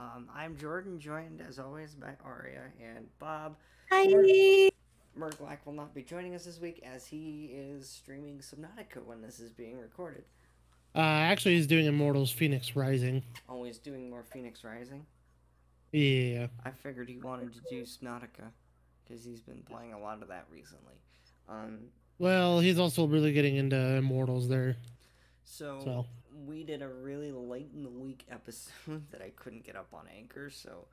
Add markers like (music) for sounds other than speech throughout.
Um, I'm Jordan, joined as always by Aria and Bob. Hi. Merglack will not be joining us this week as he is streaming Subnautica when this is being recorded. Uh, actually, he's doing Immortals Phoenix Rising. Always doing more Phoenix Rising. Yeah. I figured he wanted to do Subnautica because he's been playing a lot of that recently. Um, Well, he's also really getting into Immortals there. so, So. we did a really late in the week episode (laughs) that I couldn't get up on Anchor, so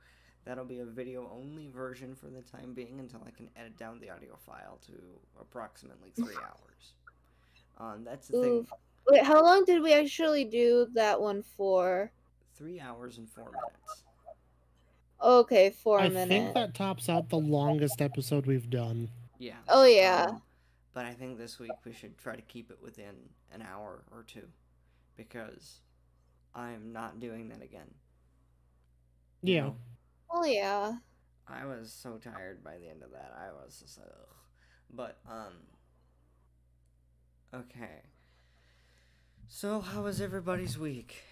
that'll be a video only version for the time being until I can edit down the audio file to approximately (laughs) three hours. Um, that's the thing. Oof. Wait, how long did we actually do that one for? Three hours and four minutes. Okay, four I minutes. think that tops out the longest episode we've done. Yeah. Oh yeah. Um, but I think this week we should try to keep it within an hour or two because I am not doing that again. you Yeah. know? Oh yeah. I was so tired by the end of that. I was just like, ugh. But, um. Okay. So, how was everybody's week?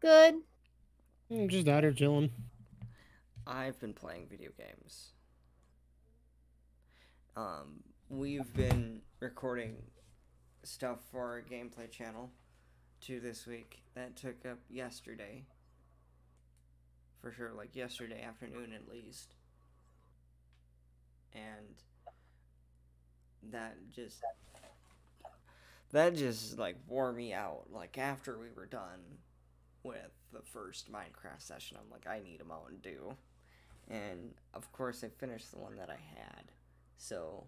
Good. I'm Mm, just out here chilling. I've been playing video games. Um, we've been recording stuff for our gameplay channel to this week. That took up yesterday. For sure, like yesterday afternoon at least. And that just that just like wore me out. Like after we were done, with the first Minecraft session. I'm like, I need a Mountain Dew. And of course, I finished the one that I had. So,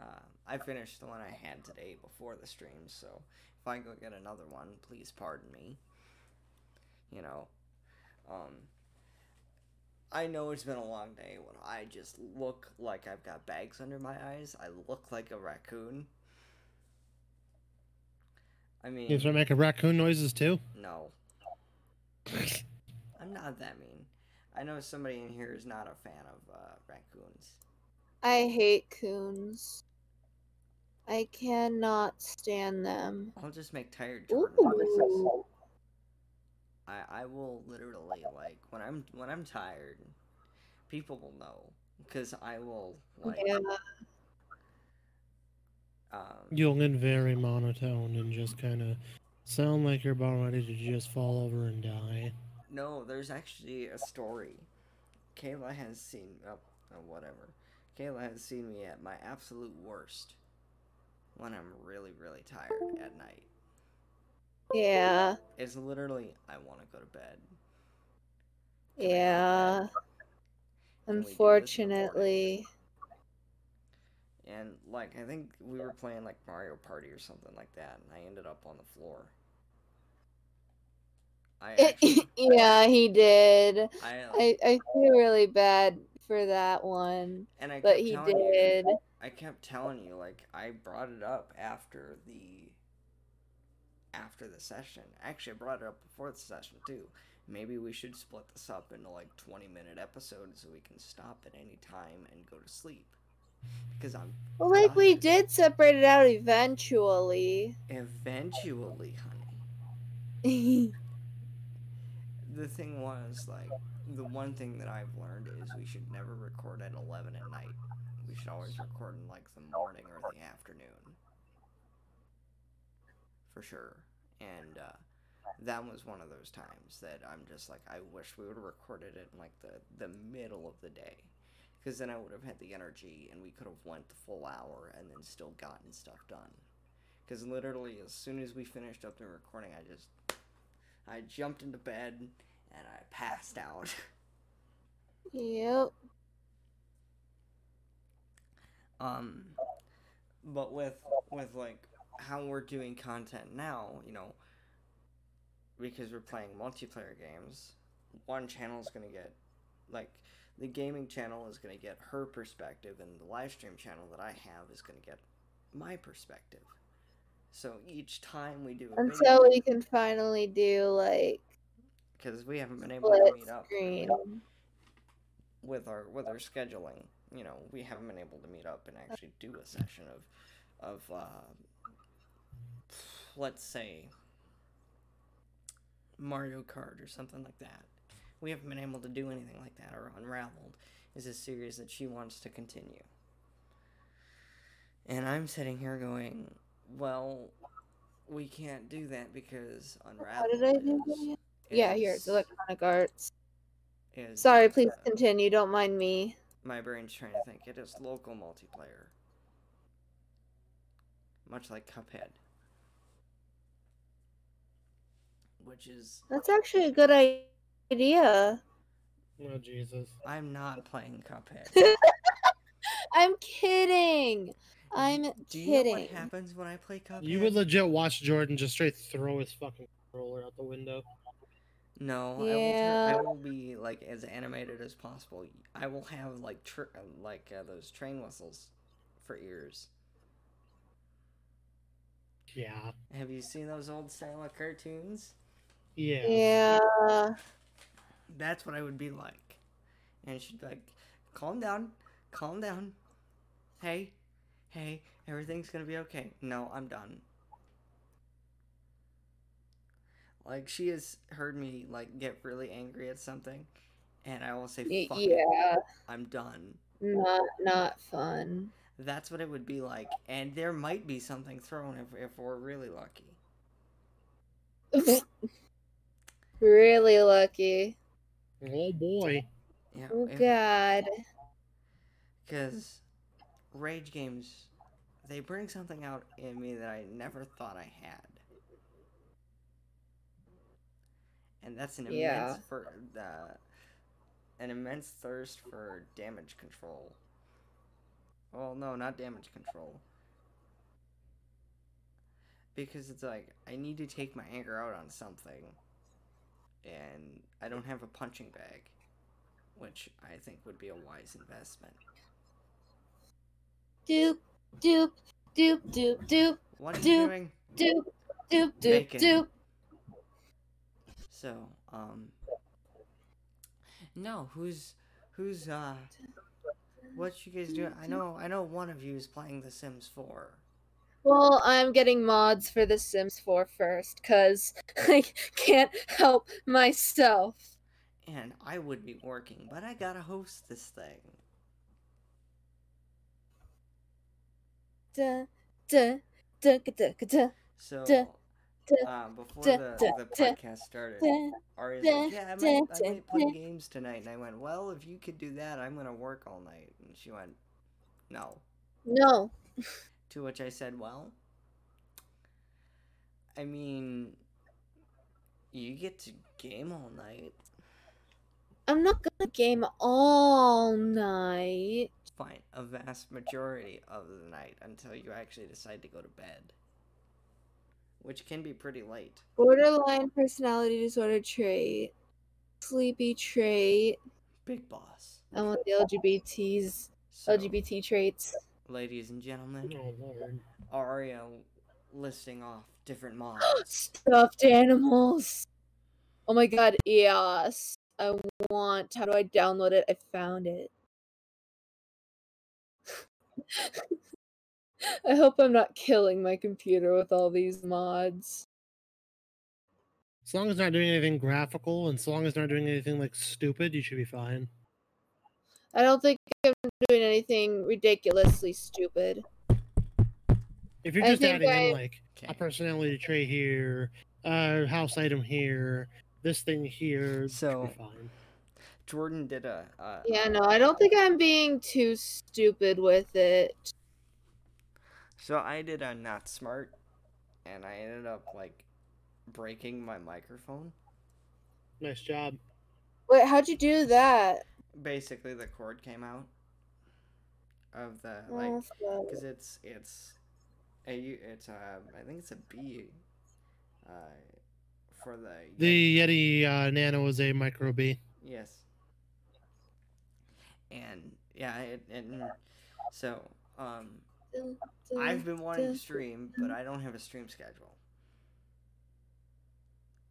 uh, I finished the one I had today before the stream. So, if I go get another one, please pardon me. You know, um, I know it's been a long day when I just look like I've got bags under my eyes. I look like a raccoon. I mean, You start making raccoon noises too? (laughs) no. I'm not that mean. I know somebody in here is not a fan of uh, raccoons. I hate coons. I cannot stand them. I'll just make tired Jordan noises. Ooh. I, I will literally like when I'm when I'm tired, people will know because I will like Yeah. um, You'll get very monotone and just kind of sound like you're about ready to just fall over and die. no. There's actually a story. Kayla has seen oh, oh whatever. Kayla has seen me at my absolute worst when I'm really really tired at night. Yeah. It's literally I want to go to bed. Can I go to bed? Yeah. Can we do this in the (laughs) Unfortunately. (laughs) And like I think we were playing like Mario Party or something like that, and I ended up on the floor. (laughs) I actually, yeah, he did. I, uh, I, I feel really bad for that one. and I But kept he telling you- did. I kept telling you like I brought it up after the after the session. Actually, I brought it up before the session too. Maybe we should split this up into like 20 minute episodes so we can stop at any time and go to sleep. Because I'm Well, like we God. did separate it (laughs) out eventually. eventually, honey. the thing was like the one thing that I've learned is we should never record at eleven at night. We should always record in like the morning or the afternoon, for sure. And uh, that was one of those times that I'm just like, I wish we would have recorded it in like the the middle of the day, because then I would have had the energy and we could have went the full hour and then still gotten stuff done. Because literally, as soon as we finished up the recording, I just I jumped into bed and I passed out. (laughs) yep. Um, but with with like how we're doing content now, you know, because we're playing multiplayer games, one channel's gonna get like the gaming channel is gonna get her perspective, and the live stream channel that I have is gonna get my perspective. So each time we do, a And video- so we can finally do like because we haven't been able to split meet up screen. with our with our scheduling, you know, we haven't been able to meet up and actually do a session of of uh, let's say Mario Kart or something like that. We haven't been able to do anything like that or Unraveled is a series that she wants to continue. And I'm sitting here going, well, we can't do that because How did I do Unraveled that? is, again? Yeah, here it's is- Electronic Arts. is, Sorry, please uh, continue. Don't mind me. My brain's trying to think. It is local multiplayer. Much like Cuphead. Which is. That's actually a good i- idea. Oh, Jesus. I'm not playing (laughs) Cuphead. I'm kidding. I'm Do you know kidding. what happens when I play Cuphead? You would legit watch Jordan just straight throw his fucking controller out the window. No, I, Yeah. will turn, I will be like as animated as possible. I will have like tr- uh, like uh, those train whistles for ears. Yeah. Have you seen those old style of cartoons? Yeah. yeah. That's what I would be like. And she'd be like, calm down, calm down. Hey, hey, everything's gonna be okay. No, I'm done. Like, she has heard me, like, get really angry at something, and I will say, Y- fuck it, yeah. I'm done. Not not fun. That's what it would be like. And there might be something thrown if, if we're really lucky. (laughs) really lucky. Oh boy. Yeah. Oh if- god. Because rage games, they bring something out in me that I never thought I had. And that's an immense Yeah. for uh, an immense thirst for damage control. Well, no, not damage control. Because it's like I need to take my anger out on something, and I don't have a punching bag, which I think would be a wise investment. Doop doop doop doop doop What are you Doop. doing? doop doop doop Make it. doop. So, um, no, who's who's uh, what you guys doing? I know, I know, one of you is playing The Sims Four. Well, I'm getting mods for The Sims 4 first, cause (laughs) I can't help myself. and I would be working, but I gotta host this thing. Duh, duh, duh, duh, duh, So, Duh, duh, uh, before duh, the, duh, the duh, podcast started, duh. Ari's duh, like, yeah, I duh, might, I duh, might play duh." games tonight. And I went, well, if you could do that, I'm gonna work all night. And she went, no. No. To which I said, Well, I mean, you get to game all night. I'm not gonna game all night. Fine, a vast majority of the night until you actually decide to go to bed, which can be pretty late. Borderline personality disorder trait. Sleepy trait. Big boss. I want the LGBTs. So, LGBT traits. Ladies and gentlemen, Oh lord. Aria listing off different mods. (gasps) Stuffed animals. Oh my god, yes. I want. How do I download it? I found it. (laughs) I hope I'm not killing my computer with all these mods. As long as not doing anything graphical and as long as not doing anything like stupid, you should be fine. I don't think I'm doing anything ridiculously stupid. If you're I just think adding I- in like a personality trait here, a house item here, this thing here, you should So- be fine. Jordan did a. uh, a Yeah, no, I don't think I'm being too stupid with it. So I did a not smart, and I ended up like breaking my microphone. Nice job. Wait, how'd you do that? Basically, the cord came out of the like Oh, fuck. because it's it's a u- it's a I think it's a B, uh, for the The Yeti uh, Nano is a micro B. yes. And yeah, it, and so um, I've been wanting to stream, but I don't have a stream schedule.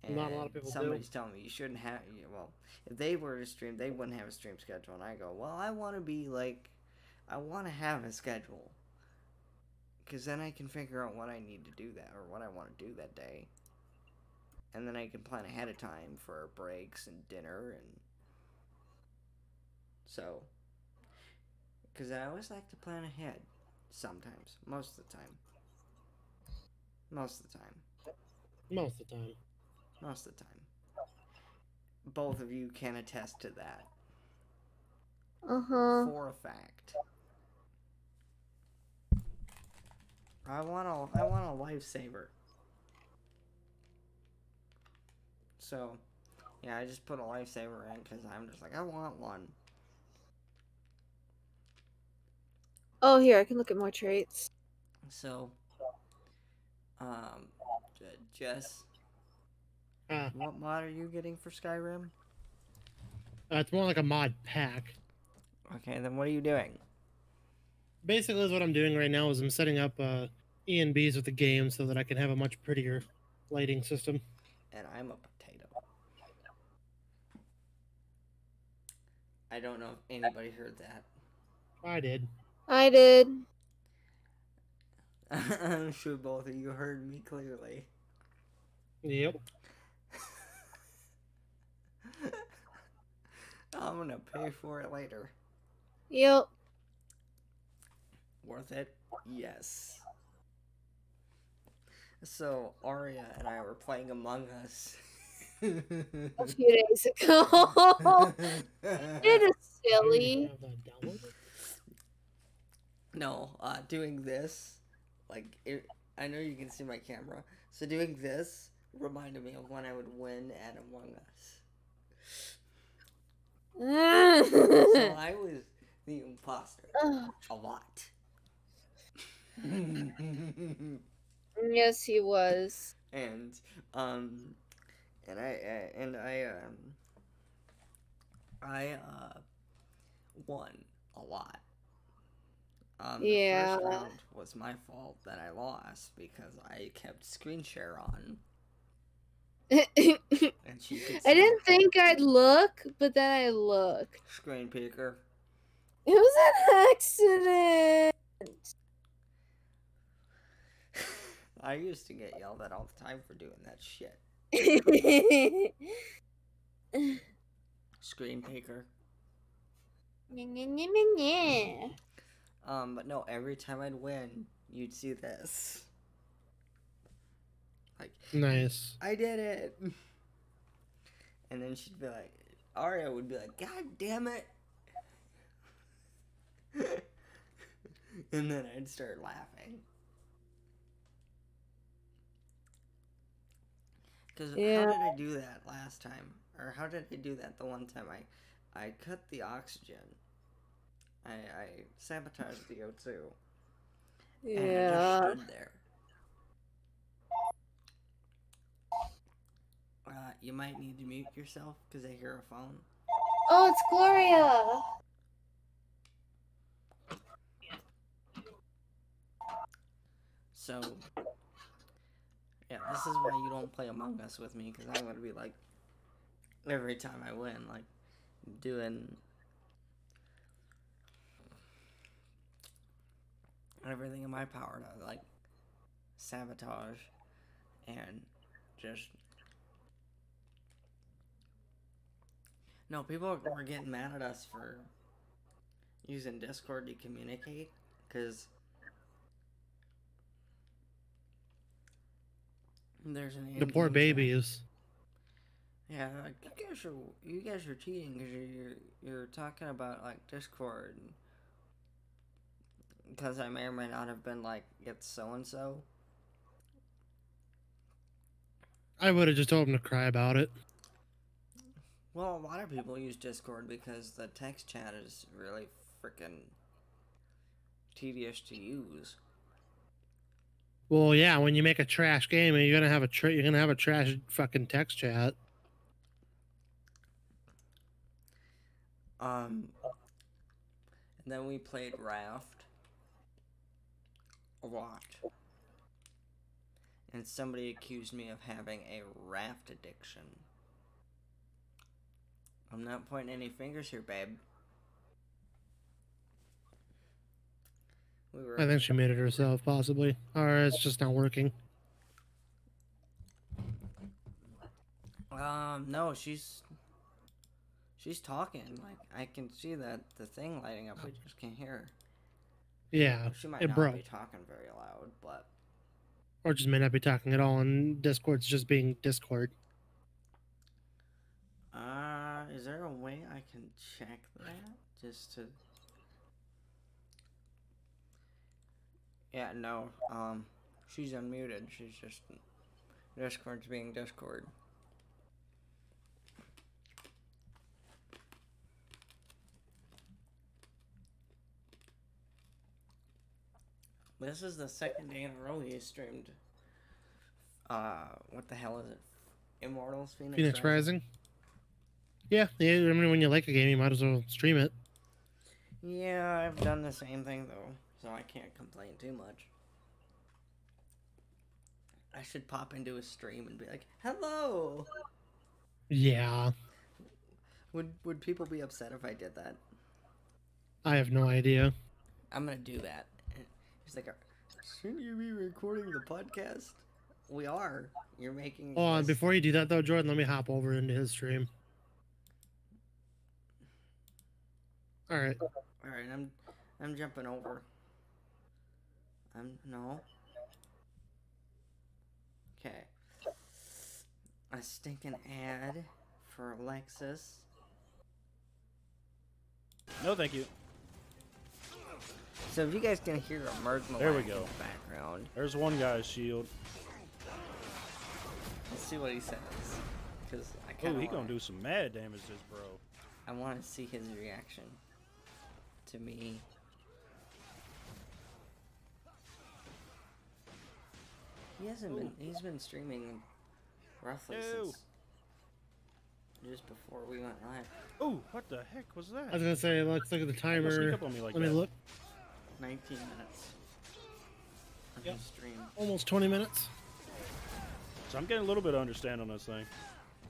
Not a lot of And people do. Somebody's telling me you shouldn't have. you- Well, if they were to stream, they wouldn't have a stream schedule, and I go, well, I want to be like, I want to have a schedule, because then I can figure out what I need to do that or what I want to do that day. and then I can plan ahead of time for breaks and dinner and so because I always like to plan ahead sometimes most of the time most of the time most of the time. most of the time both of you can attest to that Uh huh. for a fact I want a I want a lifesaver so yeah I just put a lifesaver in because I'm just like I want one Oh, here I can look at more traits. So, um, J- Jess, Uh, what mod are you getting for Skyrim? uh, it's more like a mod pack. Okay, then what are you doing? Basically, is what I'm doing right now is I'm setting up uh, ENBs with the game so that I can have a much prettier lighting system. And I'm a potato. I don't know if anybody heard I did. I did. that. (laughs) I'm sure both of you heard me clearly. (laughs) Yep. I'm gonna pay for it later. Yep. Worth it? Yes. So, Aria and I were playing Among Us. (laughs) A few days ago. (laughs) it is silly. Have that downloaded? no, uh, doing this, like, it, I know you can see my camera. So, doing this reminded me of when I would win at Among Us. (laughs) So, I was the imposter Ugh. a lot. yes, he was. and um and I, I and I um I uh won a lot. Um, the Yeah. first round was my fault that I lost because I kept screen share on, (laughs) I and she could see didn't think I'd look, but then I looked. screen peeker. (laughs) It was an accident. (laughs) I used to get yelled at all the time for doing that shit. Screen peeker. Nyeh-nyeh-nyeh-nyeh-nyeh. Um, but no, every time I'd win, you'd see this. Like, Nice. I did it. (laughs) And then she'd be like, Aria would be like, God damn it. (laughs) and then I'd start laughing. Because Yeah. how did I do that last time? Or how did I do that the one time I, I cut the oxygen? I, I sabotaged the O2. And I yeah. just stood there. Uh, you might need to mute yourself because I hear a phone. Oh, it's Gloria. So, yeah, this is why you don't play Among Us with me because I'm going to be like, every time I win, like, doing everything in my power to, like, sabotage and just. No, people were getting mad at us for using Discord to communicate because there's an The poor Indian guy- babies. yeah, like you guys are you guys are cheating because you're, you're you're talking about like Discord, because I may or may not have been like it's so and so. I would have just told them to cry about it. Well, a lot of people use Discord because the text chat is really freaking tedious to use. Well, yeah, when you make a trash game, you're gonna have a tra- you're gonna have a trash fucking text chat. Um, and then we played Raft a lot, and somebody accused me of having a raft addiction. I'm not pointing any fingers here, babe. We were I think she made it herself, possibly, or it's just not working. Um, no, she's she's talking. Like I can see that the thing lighting Oh. up. I just can't hear. Yeah, her. She might it not be broke. talking very loud, but or just may not be talking at all, and Discord's just being Discord. uh, is there a way I can check that just to? Yeah, no. Um, she's unmuted. She's just Discord's being Discord. This is the second day in a row he streamed. Uh, what the hell is it? Immortals Phoenix, Phoenix Rising? Rising. Yeah, yeah. I mean, when you like a game, you might as well stream it. Yeah, I've done the same thing though, so I can't complain too much. I should pop into a stream and be like, "Hello." Yeah, Would would people be upset if I did that? I have no idea. I'm gonna do that. He's like, "Shouldn't you be recording the podcast?" We are. You're making. Hold on, this- Oh, before you do that though, Jordan, let me hop over into his stream. All right. All right, I'm I'm jumping over. I'm no. Okay. A stinking ad for Lexus. No, thank you. So if you guys can hear a merge There we Malak go. in the background, There's one guy's shield. let's see what he says. Cause I Oh, kinda he wanna, gonna do some mad damage, this bro. I wanna see his reaction to me. He hasn't been he's been streaming roughly No. since just before we went live. Oh, what the heck was I was that? gonna say, let's look at the Don't Sneak timer. up on me like Let me that. look. Nineteen minutes. On Yep. his stream. Almost 20 minutes. So I'm getting a little bit of understand on this thing.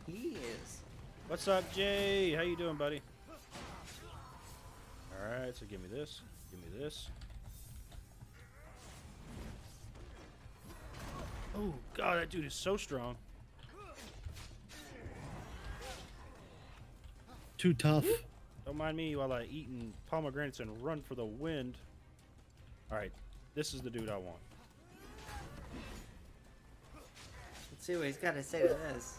He is. What's up, Jay? How you doing, buddy? All right, so give me this. Give me this. Oh god, that dude is so strong. Too tough. Don't mind me while I eat and pomegranates and run for the wind. All right, this is the dude I want. Let's see what he's gotta say to this.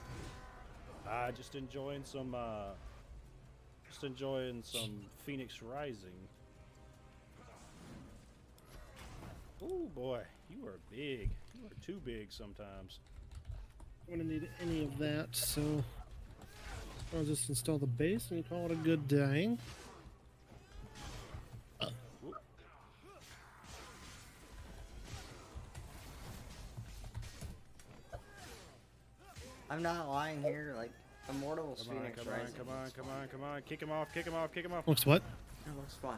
Uh, just enjoying some, uh, just enjoying some Phoenix Rising. Oh boy, you are big. You are too big sometimes. I'm gonna need any of that, so I'll just install the base and call it a good day. I'm not lying here, like Immortals Come on, Phoenix come on, Rising. come on, looks come fun. on, come on. Kick him off, kick him off, kick him (laughs) off. Looks what? It looks fun.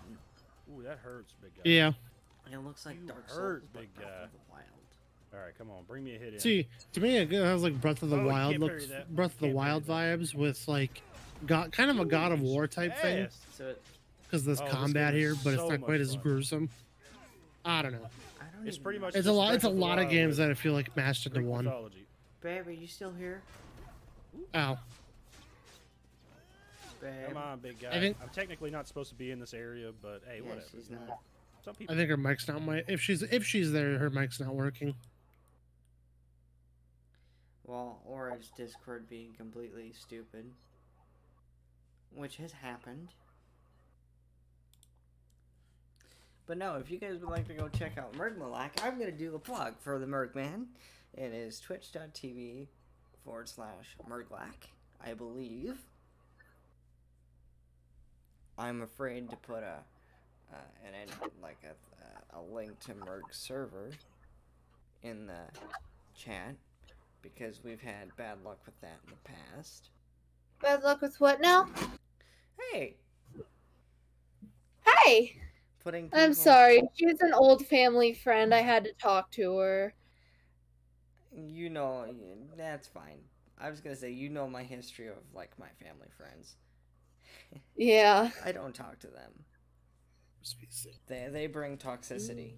Ooh, that hurts, big guy. Yeah. And it looks like You Dark hurt, Souls, but big Breath guy. of the Wild. All right, come on, bring me a hit in. See, to me, it has like Breath of the Oh, you Wild can't look, bury that. Breath of the Can't bury Wild that. vibes with like, God, kind of a God of War type thing Fast. So it, because this Oh, this combat game here, is but it's so not quite much as fun. gruesome. I don't know. I don't It's even pretty know. much- It's a lot. Breath It's a of the lot of Wild games is that I feel like mashed into Greek one. mythology. Babe, are you still here? Ow. Babe. Come on, big guy. I think- I'm technically not supposed to be in this area, but hey, Yeah, whatever. she's not. Some I people. think her mic's not my. If she's if she's there, her mic's not working. Well, or it's Discord being completely stupid. Which has happened. But no, if you guys would like to go check out Merc Malak, I'm going to do a plug for the Merc Man. It is twitch.tv forward slash Merglak, I believe. I'm afraid to put a uh, an en- like a, a link to Merc's server in the chat because we've had bad luck with that in the past. Bad luck with what now? Hey, Hey, putting. I'm people- sorry. She's an old family friend. I had to talk to her. You know, y- that's fine. I was gonna say you know my history of like my family friends. Yeah. I don't talk to them. They they bring toxicity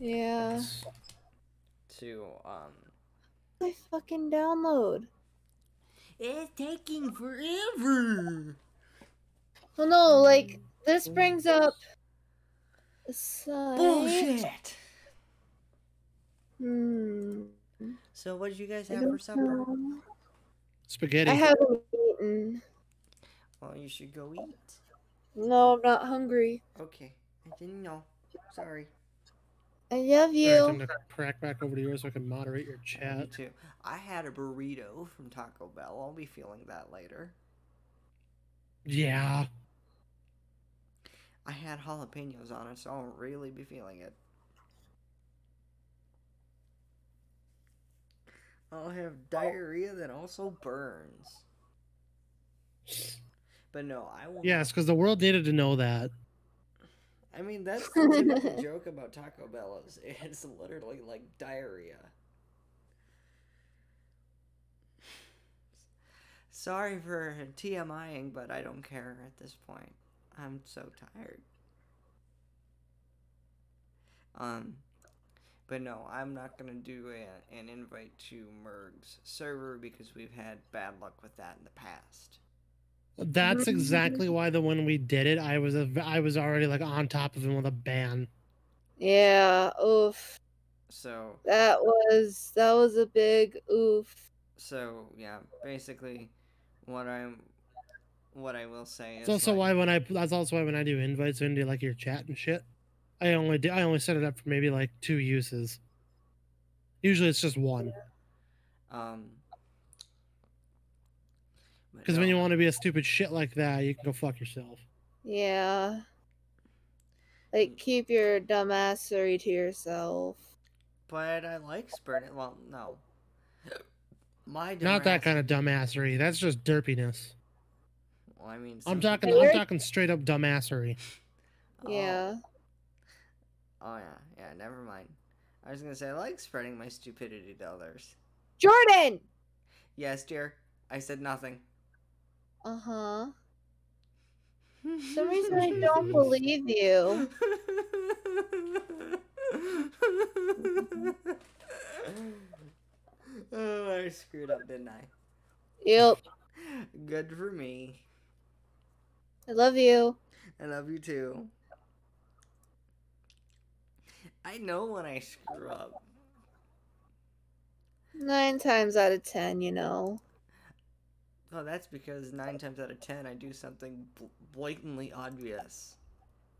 Yeah. Uh. to um I fucking download. It's taking forever. Well, Mm. no, like this brings up. Side. Bullshit. Hmm. So what did you guys I have for don't supper? know. Spaghetti. I haven't eaten. Well, you should go eat. No, I'm not hungry. Okay, I didn't know. Sorry. I love All you. right, I'm gonna crack back over to yours so I can moderate your Me chat. too. I had a burrito from Taco Bell. I'll be feeling that later. Yeah. I had jalapenos on it, so I'll really be feeling it. I'll have diarrhea that also burns. But no, I won't. Yes, because the world needed to know that. I mean, that's the typical joke about Taco Bell is it's literally like diarrhea. Sorry for TMIing, but I don't care at this point. I'm so tired. Um, but no, I'm not gonna do a, an invite to Merg's server because we've had bad luck with that in the past. That's Mhm. exactly why the when we did it, I was a, I was already like on top of him with a ban. Yeah. Oof. So That was that was a big oof. so yeah basically what i'm what i will say is That's also like, why when I that's also why when I do invites into like your chat and shit, I only do I only set it up for maybe like two uses. Usually it's just one um but because when no, you want to be a stupid shit like that, you can go fuck yourself. Yeah. Like keep your dumbassery to yourself. but i like spirit well no my Not that kind of dumbassery. That's just derpiness. well, i mean I'm some talking. people- I'm Alright. talking straight up dumbassery. oh, Yeah. oh yeah yeah never mind i was gonna say i like spreading my stupidity to others Jordan. yes dear i said nothing Uh (laughs) huh. For some reason I don't (laughs) believe you. oh, I screwed up, didn't I? Yep. Good for me. I love you. I love you too. I know when I screw up. Nine times out of ten, you know. Oh, that's because nine times out of ten I do something bl- blatantly obvious.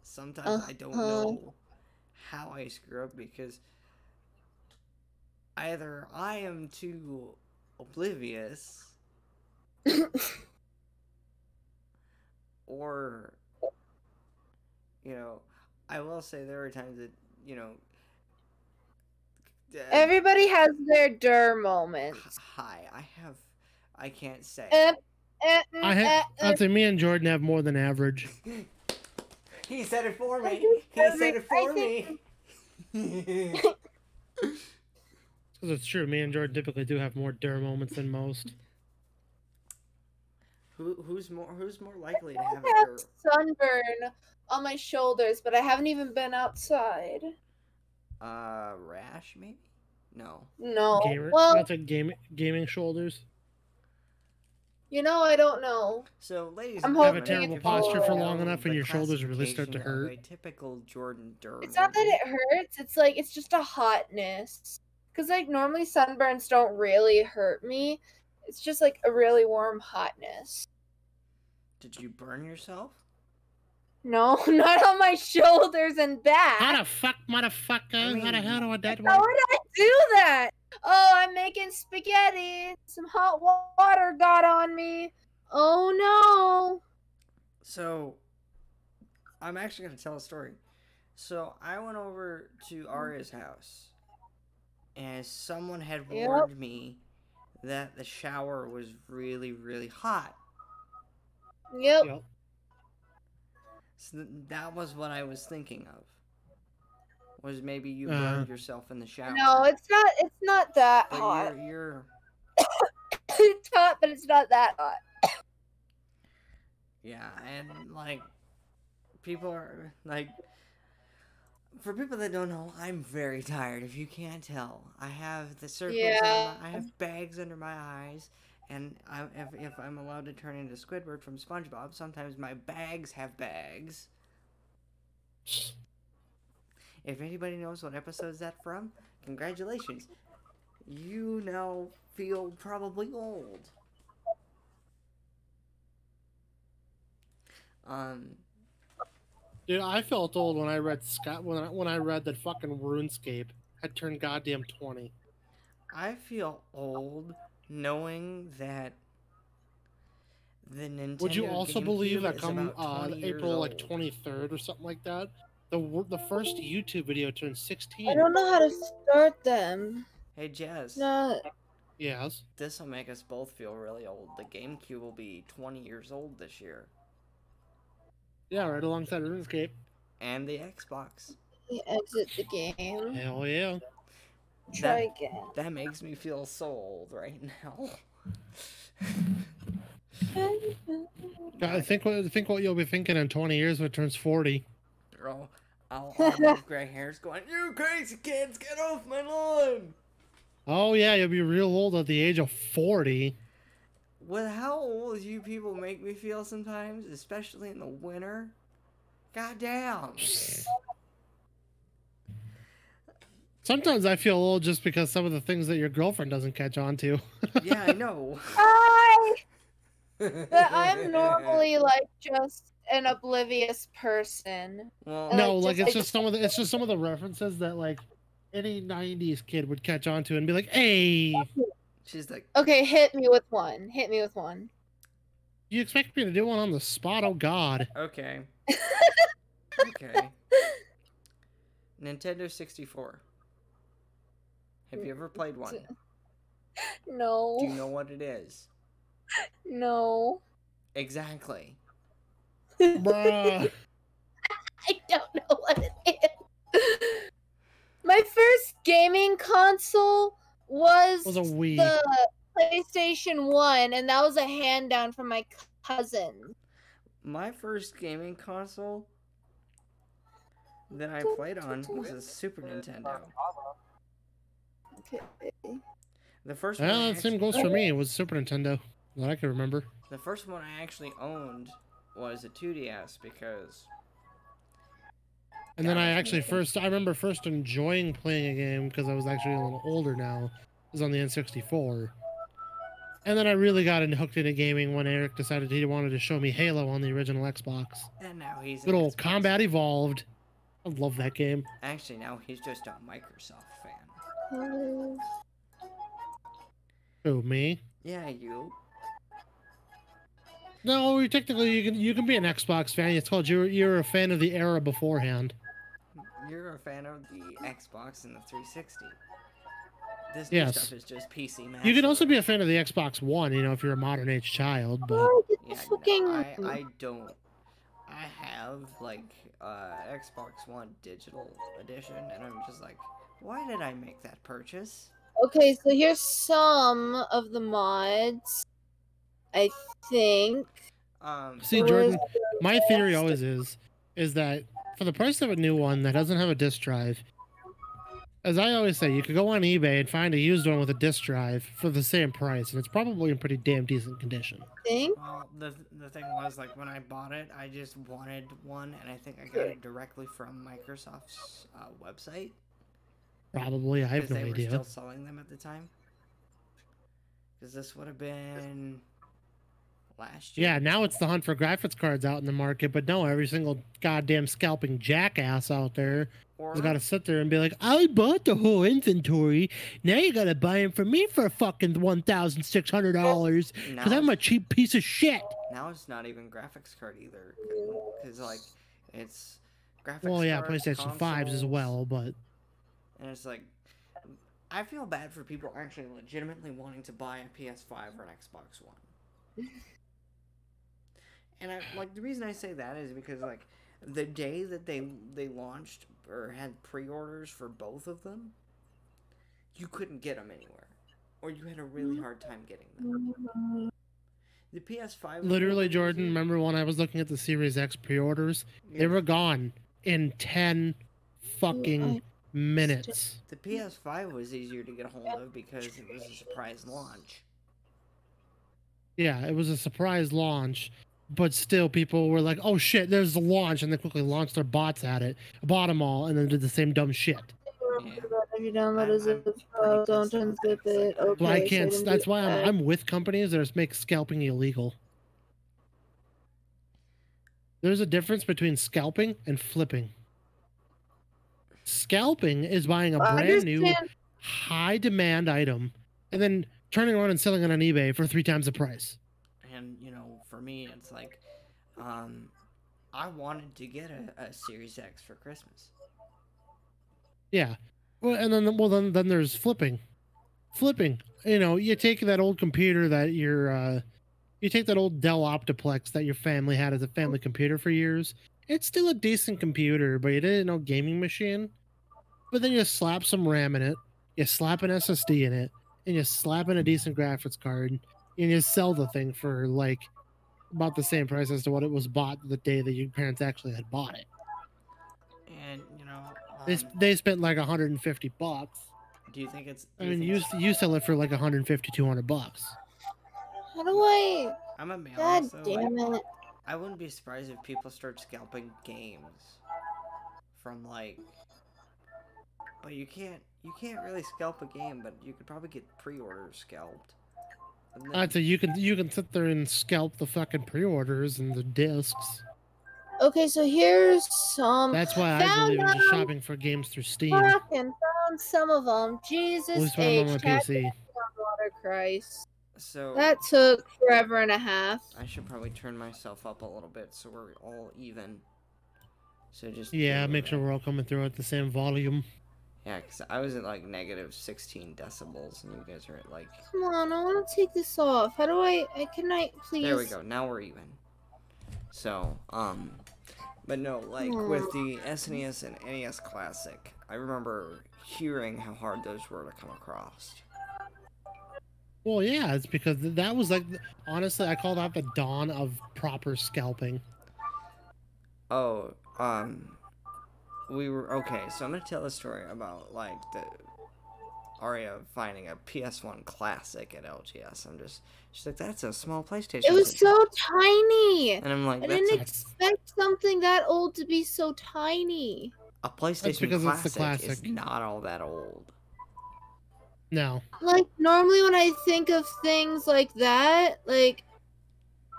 Sometimes I don't Uh-huh. know how I screw up because either I am too oblivious or, you know, I will say there are times that, you know, uh, Everybody has their der moments. hi, I have, I can't say. Eh, eh, mm, I eh, ha- eh. I'd say me and Jordan have more than average. He said it for me. think He that said makes- it for I me. think- Because it's true, me and Jordan typically do have more dare moments than most. (laughs) Who who's more who's more likely to I have have a derp? sunburn on my shoulders, but I haven't even been outside. Uh, rash maybe? No. No. Gamer, Oh, Well, that's a game, gaming shoulders. you know, I don't know. So, ladies, I'm and gentlemen, hoping Have a terrible if you posture for know long enough and the your shoulders really start to classification of hurt. A typical Jordan derm. It's not that it hurts. It's like it's just a hotness. Cause like normally sunburns don't really hurt me. It's just like a really warm hotness. Did you burn yourself? No, (laughs) not on my shoulders and How back. the fuck, motherfucker? how the hell do I that How work? would I do that? Oh, I'm making spaghetti. Some hot wa- water got on me. Oh So, I'm actually going to tell a story. So, I went over to Arya's house, and someone had Yep. warned me that the shower was really, really hot. no. Yep. Yep. So th- that was what I was thinking of. Was maybe you Uh. burned yourself in the shower? No, it's not. It's not that but hot. You're, you're (laughs) it's hot, but it's not that hot. yeah, and like people are like for people that don't know, I'm very tired. If you can't tell, I have the circles. Under Yeah. my, I have bags under my eyes, And I, if, if I'm allowed to turn into Squidward from SpongeBob, sometimes my bags have bags. If anybody knows what episode is that from, congratulations. You now feel probably old. Um, Dude, I felt old when I read Scott when I, when I read that fucking RuneScape had turned goddamn twenty. I feel old knowing that the Nintendo. Would you also believe GameCube that is come about uh, 20 years April like old? twenty third or something like that, the wor- the first YouTube video turned sixteen? I don't know how to start them. Hey Jazz, No, Yes. this will make us both feel really old. The GameCube will be 20 years old this year, Yeah, right alongside RuneScape. and the Xbox. you exit the game. Hell yeah. Try again. That makes me feel so old right now. (laughs) God, I think what I think what you'll be thinking in twenty years when it turns forty. Bro, I'll I'll have gray hairs going. You crazy kids, get off my lawn! Oh yeah, you'll be real old at the age of forty. with how old you people make me feel sometimes, especially in the winter. Goddamn. Sometimes I feel old just because some of the things that your girlfriend doesn't catch on to. yeah, I know. Hi. But I'm normally like just an oblivious person. (laughs) Well, And, no, like, like Oh, just, it's like- just some of the it's just some of the references that like any '90s kid would catch on to and be like, "Hey, she's like, Okay, hit me with one. Hit me with one. you expect me to do one on the spot? Oh God!" (laughs) okay. okay. Nintendo 64. Have you ever played one? Do you No. know what it is? No. Exactly. (laughs) (laughs) Bruh. I don't know what it is. My first gaming console was, Was a Wii. the PlayStation 1, and that was a hand down from my cousin. My first gaming console that I played on was a Super Nintendo. Okay. The first one I Yeah, the actually- same goes for me. It was Super Nintendo that I can remember. The first one I actually owned was a 2DS because And then I actually first I remember first enjoying playing a game because I was actually a little older now. Was on the N64. And then I really got in, hooked into gaming when Eric decided he wanted to show me Halo on the original Xbox. and now he's Good an old Xbox- Combat Evolved. I love that game. Actually, now he's just a Microsoft fan. Oh me? Yeah, you. No, you technically you can you can be an Xbox fan. It's called you're you're a fan of the era beforehand. You're a fan of the Xbox and the 360. This Yes. new stuff is just PC master. You can also be a fan of the Xbox One, you know, if you're a modern age child. But Oh, get the Yeah, fucking. no, I, I don't. I have like uh, Xbox One Digital Edition, and I'm just like, why did I make that purchase? Okay, so here's some of the mods. I think. Um, see, Or Jordan, is my theory always is is that for the price of a new one that doesn't have a disk drive as i always say you could go on ebay and find a used one with a disk drive for the same price and it's probably in pretty damn decent condition I think. Well, the the thing was like when I bought it, I just wanted one, and I think I got it directly from Microsoft's uh, website probably i have because no they were still idea selling them at the time. Because this would have been last year. yeah now it's the hunt for graphics cards out in the market but no every single goddamn scalping jackass out there or has got to sit there and be like i bought the whole inventory now you gotta buy them from me for fucking $1600 now, because i'm a it's- cheap piece of shit now it's not even graphics card either, because like it's graphics. Well, yeah, cards, PlayStation fives as consoles, well, but And it's like, I feel bad for people actually legitimately wanting to buy a PS5 or an Xbox One. (sighs) and I like the reason I say that is because like the day that they they launched or had pre-orders for both of them, you couldn't get them anywhere, or you had a really hard time getting them. The PS5 was literally, really Jordan, easy. remember when I was looking at the Series X pre-orders? They were gone in ten fucking minutes. The PS5 was easier to get a hold of because it was a surprise launch. Yeah, it was a surprise launch, but still people were like, "Oh shit, there's the launch," and they quickly launched their bots at it, bought them all, and then did the same dumb shit. If you download a I'm- zip I'm file, pretty don't pissed off unzip that it. it's like- Okay, Well, I so can't. didn't That's do why that. I'm, I'm with companies that make scalping illegal. There's a difference between scalping and flipping. Scalping is buying a I brand new, understand- high demand item and then turning around and selling it on eBay for three times the price. and you know for me it's like um i wanted to get a, a series x for christmas Yeah. Well, and then well then then there's flipping. Flipping. You know, you take that old computer that your uh you take that old Dell Optiplex that your family had as a family computer for years. It's still a decent computer, but it ain't no gaming machine. But then you slap some RAM in it, you slap an SSD in it, and you slap in a decent graphics card, and you sell the thing for like about the same price as to what it was bought the day that your parents actually had bought it. and you know um, They, sp- they spent like 150 bucks. do you think it's do I you mean, think you it's- you sell it for like 150, 200 bucks. How do I? i'm gonna be God honest though, like, damn it! i wouldn't be surprised if people start scalping games from like but you can't you can't really scalp a game but you could probably get pre-orders scalped And then- I'd say you can you can sit there and scalp the fucking pre-orders and the discs. Okay, so here's some. That's why I Found believe in just them. shopping for games through Steam. At Fucking found some of them. Jesus least when H. I'm on my PC. Water Christ. so That took forever and a half. I should probably turn myself up a little bit so we're all even. So just Yeah, deal make with sure it. we're all coming through at the same volume. Yeah, because I was at like negative 16 decibels, and you guys are at like. Come on, I want to take this off. How do I? I can I please? There we go. Now we're even. So, um, but no, like with the SNES and NES Classic, I remember hearing how hard those were to come across. Well, yeah, it's because th- that was like honestly, I call that the dawn of proper scalping. Oh, um, we were okay. So I'm gonna tell a story about like the Aria finding a PS1 classic at LGS. I'm just, she's like, that's a small PlayStation. It was controller." so tiny. and I'm like, I that's didn't a, ex- expect something that old to be so tiny. a PlayStation because it's classic. the It's classic. not all that old. No, Like normally when I think of things like that, like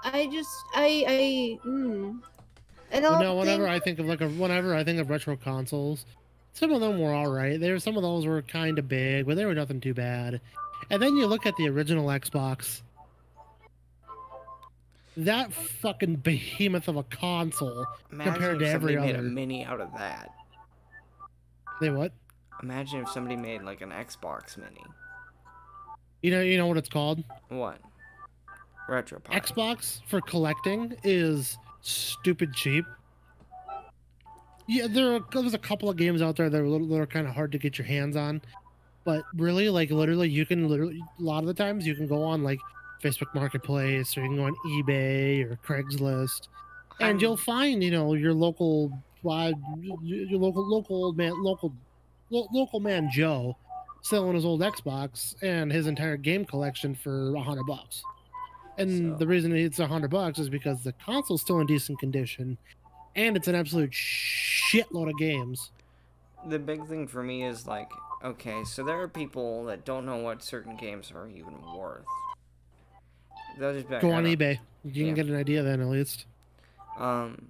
I just I I mm, I don't Well, no, whenever think I think of like a, whenever I think of retro consoles, some of them were all right. There, some of those were kind of big, but they were nothing too bad. And then you look at the original Xbox. That fucking behemoth of a console. Imagine Compared if to every somebody made a other. mini out of that. They what? Imagine if somebody made like an Xbox mini. You know, you know what it's called? What? Retro Xbox for collecting is stupid cheap. Yeah, there are there's a couple of games out there that are, little, that are kind of hard to get your hands on, but really, like literally, you can literally a lot of the times you can go on like Facebook Marketplace or you can go on eBay or Craigslist, and you'll find you know your local uh, your local local old man local lo- local man Joe selling his old Xbox and his entire game collection for a hundred bucks. And So- the reason it's a hundred bucks is because the console's still in decent condition, and it's an absolute shitload of games. the big thing for me is like okay so there are people that don't know what certain games are even worth they'll just be like, Go "I on don't-" eBay, you Yeah. can get an idea then at least. um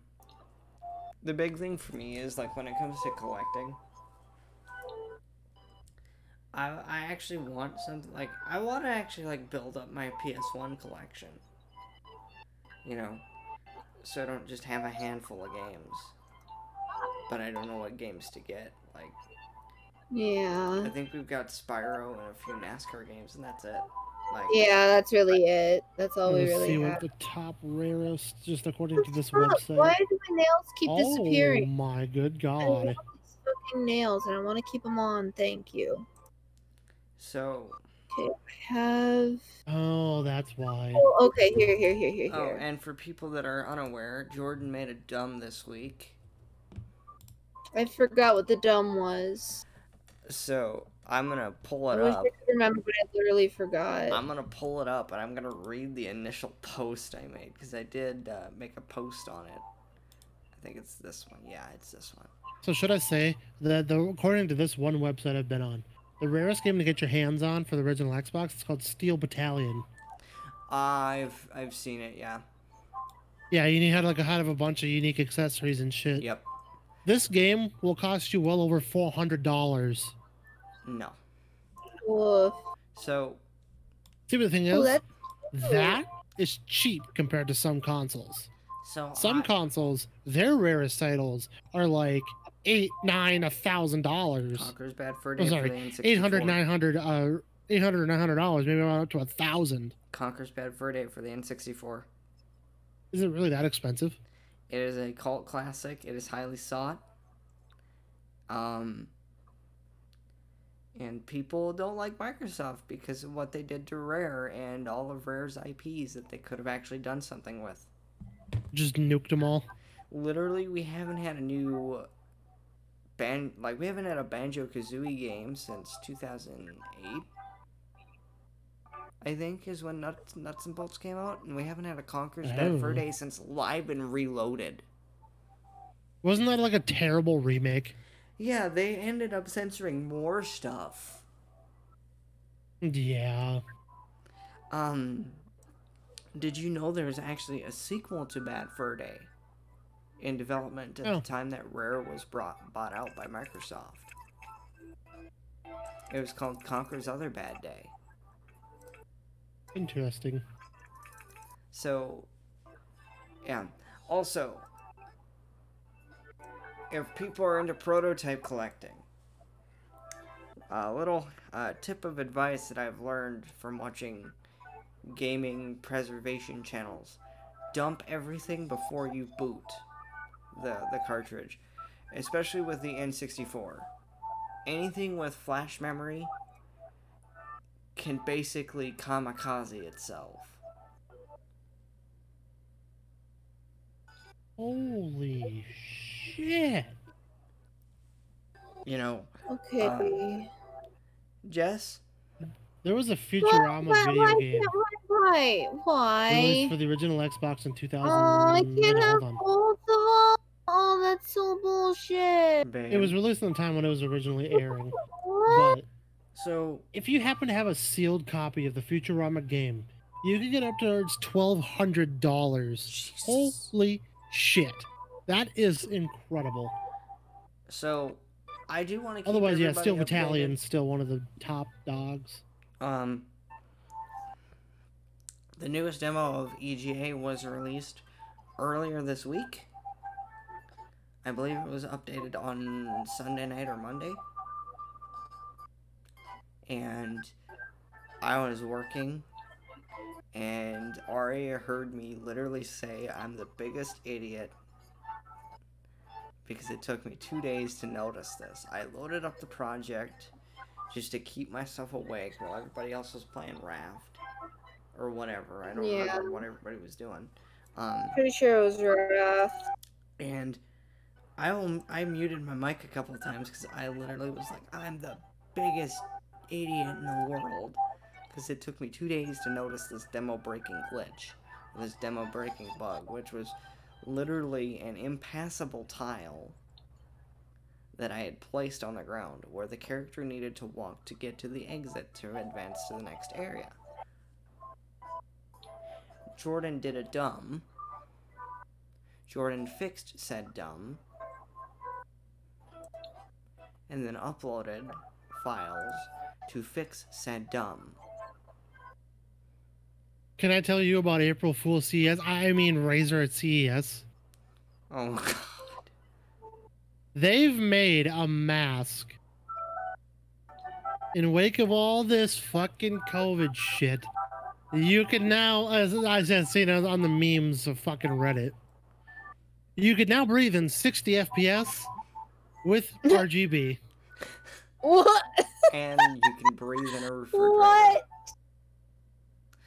the big thing for me is like when it comes to collecting i i actually want something like i want to actually like build up my ps1 collection you know so i don't just have a handful of games but i don't know what games to get like yeah. I think we've got Spyro and a few NASCAR games, and that's it. Like, Yeah, that's really it. That's all we Let's see Oh, really what have. the top rarest, just according to this Look, website. Why do my nails keep Oh disappearing? my good I love god! these fucking nails, and I want to keep them on. Thank you. So, I have. Oh, that's why. Oh, okay. Here, here, here, here, oh, here. and for people that are unaware, Jordan made a dumb this week. I forgot what the dumb was. So, I'm gonna pull I it wish I up. Um, could remember, but I literally forgot. I'm gonna pull it up and I'm gonna read the initial post I made because I did uh, make a post on it. I think it's this one. Yeah, it's this one. So should I say that the according to this one website I've been on, the rarest game to get your hands on for the original Xbox is called Steel Battalion. I've I've seen it. Yeah. Yeah, you had like a had of a bunch of unique accessories and shit. Yep. This game will cost you well over four hundred dollars. No. Woof. Oh, So See what the thing Well, is? that- that is cheap compared to some consoles. so Some I- consoles, their rarest titles are like eight, nine, a thousand dollars. Conker's Bad Fur Day I'm for Oh, sorry, the N64. 800 900 uh 800 900 dollars maybe I'm up to a thousand Conker's Bad Fur Day for the N64. is it really that expensive It is a cult classic. It is highly sought. Um, and people don't like Microsoft because of what they did to Rare and all of Rare's IPs that they could have actually done something with. just nuked them all Literally, we haven't had a new ban like we haven't had a Banjo Kazooie game since 2008. I think is when Nuts Nuts and Bolts came out, and we haven't had a Conker's Bad Fur Oh. Day since Live and Reloaded. wasn't that like a terrible remake Yeah, they ended up censoring more stuff. yeah Um, did you know there's actually a sequel to Bad Fur Day in development at Oh. the time that Rare was brought bought out by Microsoft? It was called Conker's Other Bad Day. interesting So, yeah. Also, if people are into prototype collecting, a little uh, tip of advice that I've learned from watching gaming preservation channels dump everything before you boot the, the cartridge, especially with the N64. Anything with flash memory can basically kamikaze itself. holy shit You know, Okay. Uh, Jess, there was a futurama why, video why, game can't- why? Why? released for the original xbox in 2000 Oh, I can't have hold on. both of them. Oh, that's so bullshit. babe. it was released in the time when it was originally airing What? but so if you happen to have a sealed copy of the futurama game you can get up towards $1200 Jesus. Holy shit. That is incredible. So I do want to. Otherwise, yeah, Steel Battalion's still one of the top dogs. Um, the newest demo of EGA was released earlier this week. I believe it was updated on Sunday night or Monday. And I was working, and Aria heard me literally say, I'm the biggest idiot. Because it took me two days to notice this. I loaded up the project just to keep myself awake while everybody else was playing Raft or whatever. I don't Yeah. remember what everybody was doing. Um, Pretty sure it was rough. and I will, I muted my mic a couple of times because I literally was like, I'm the biggest idiot in the world because it took me two days to notice this demo breaking glitch, this demo breaking bug, which was literally an impassable tile that I had placed on the ground where the character needed to walk to get to the exit to advance to the next area. Jordan did a dumb. Jordan fixed said dumb and then uploaded files to fix said dumb. Can I tell you about April Fool CES? I mean, Razor at E CES. Oh god. They've made a mask. In wake of all this fucking COVID shit, you can now, as I have seen it on the memes of fucking Reddit, you could now breathe in 60 FPS with RGB. What? And you can breathe in a refrigerator. What?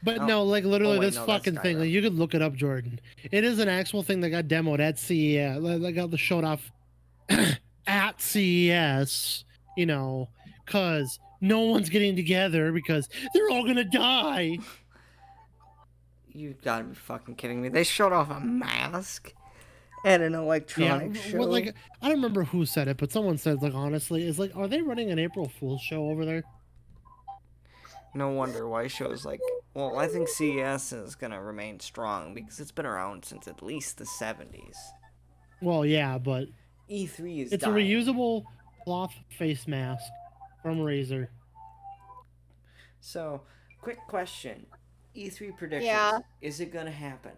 But Oh. no, like literally Oh, wait, this no, that's fucking thing. Skyrim. Like, you could look it up, Jordan. It is an actual thing that got demoed at CES. Like like, got (coughs) E showed off at CES. You know, because no one's getting together because they're all (laughs) gonna die. You gotta be fucking kidding me. They showed off a mask and an electronic yeah, show. well, like I don't remember who said it, but someone said like honestly, is like, are they running an April Fool's show over there? no wonder why shows like. Well, I think CES is gonna remain strong because it's been around since at least the 70s. Well, yeah, but E3 is it's dying. a reusable cloth face mask from Razer. So, quick question. E3 predictions. Yeah. Is it gonna happen?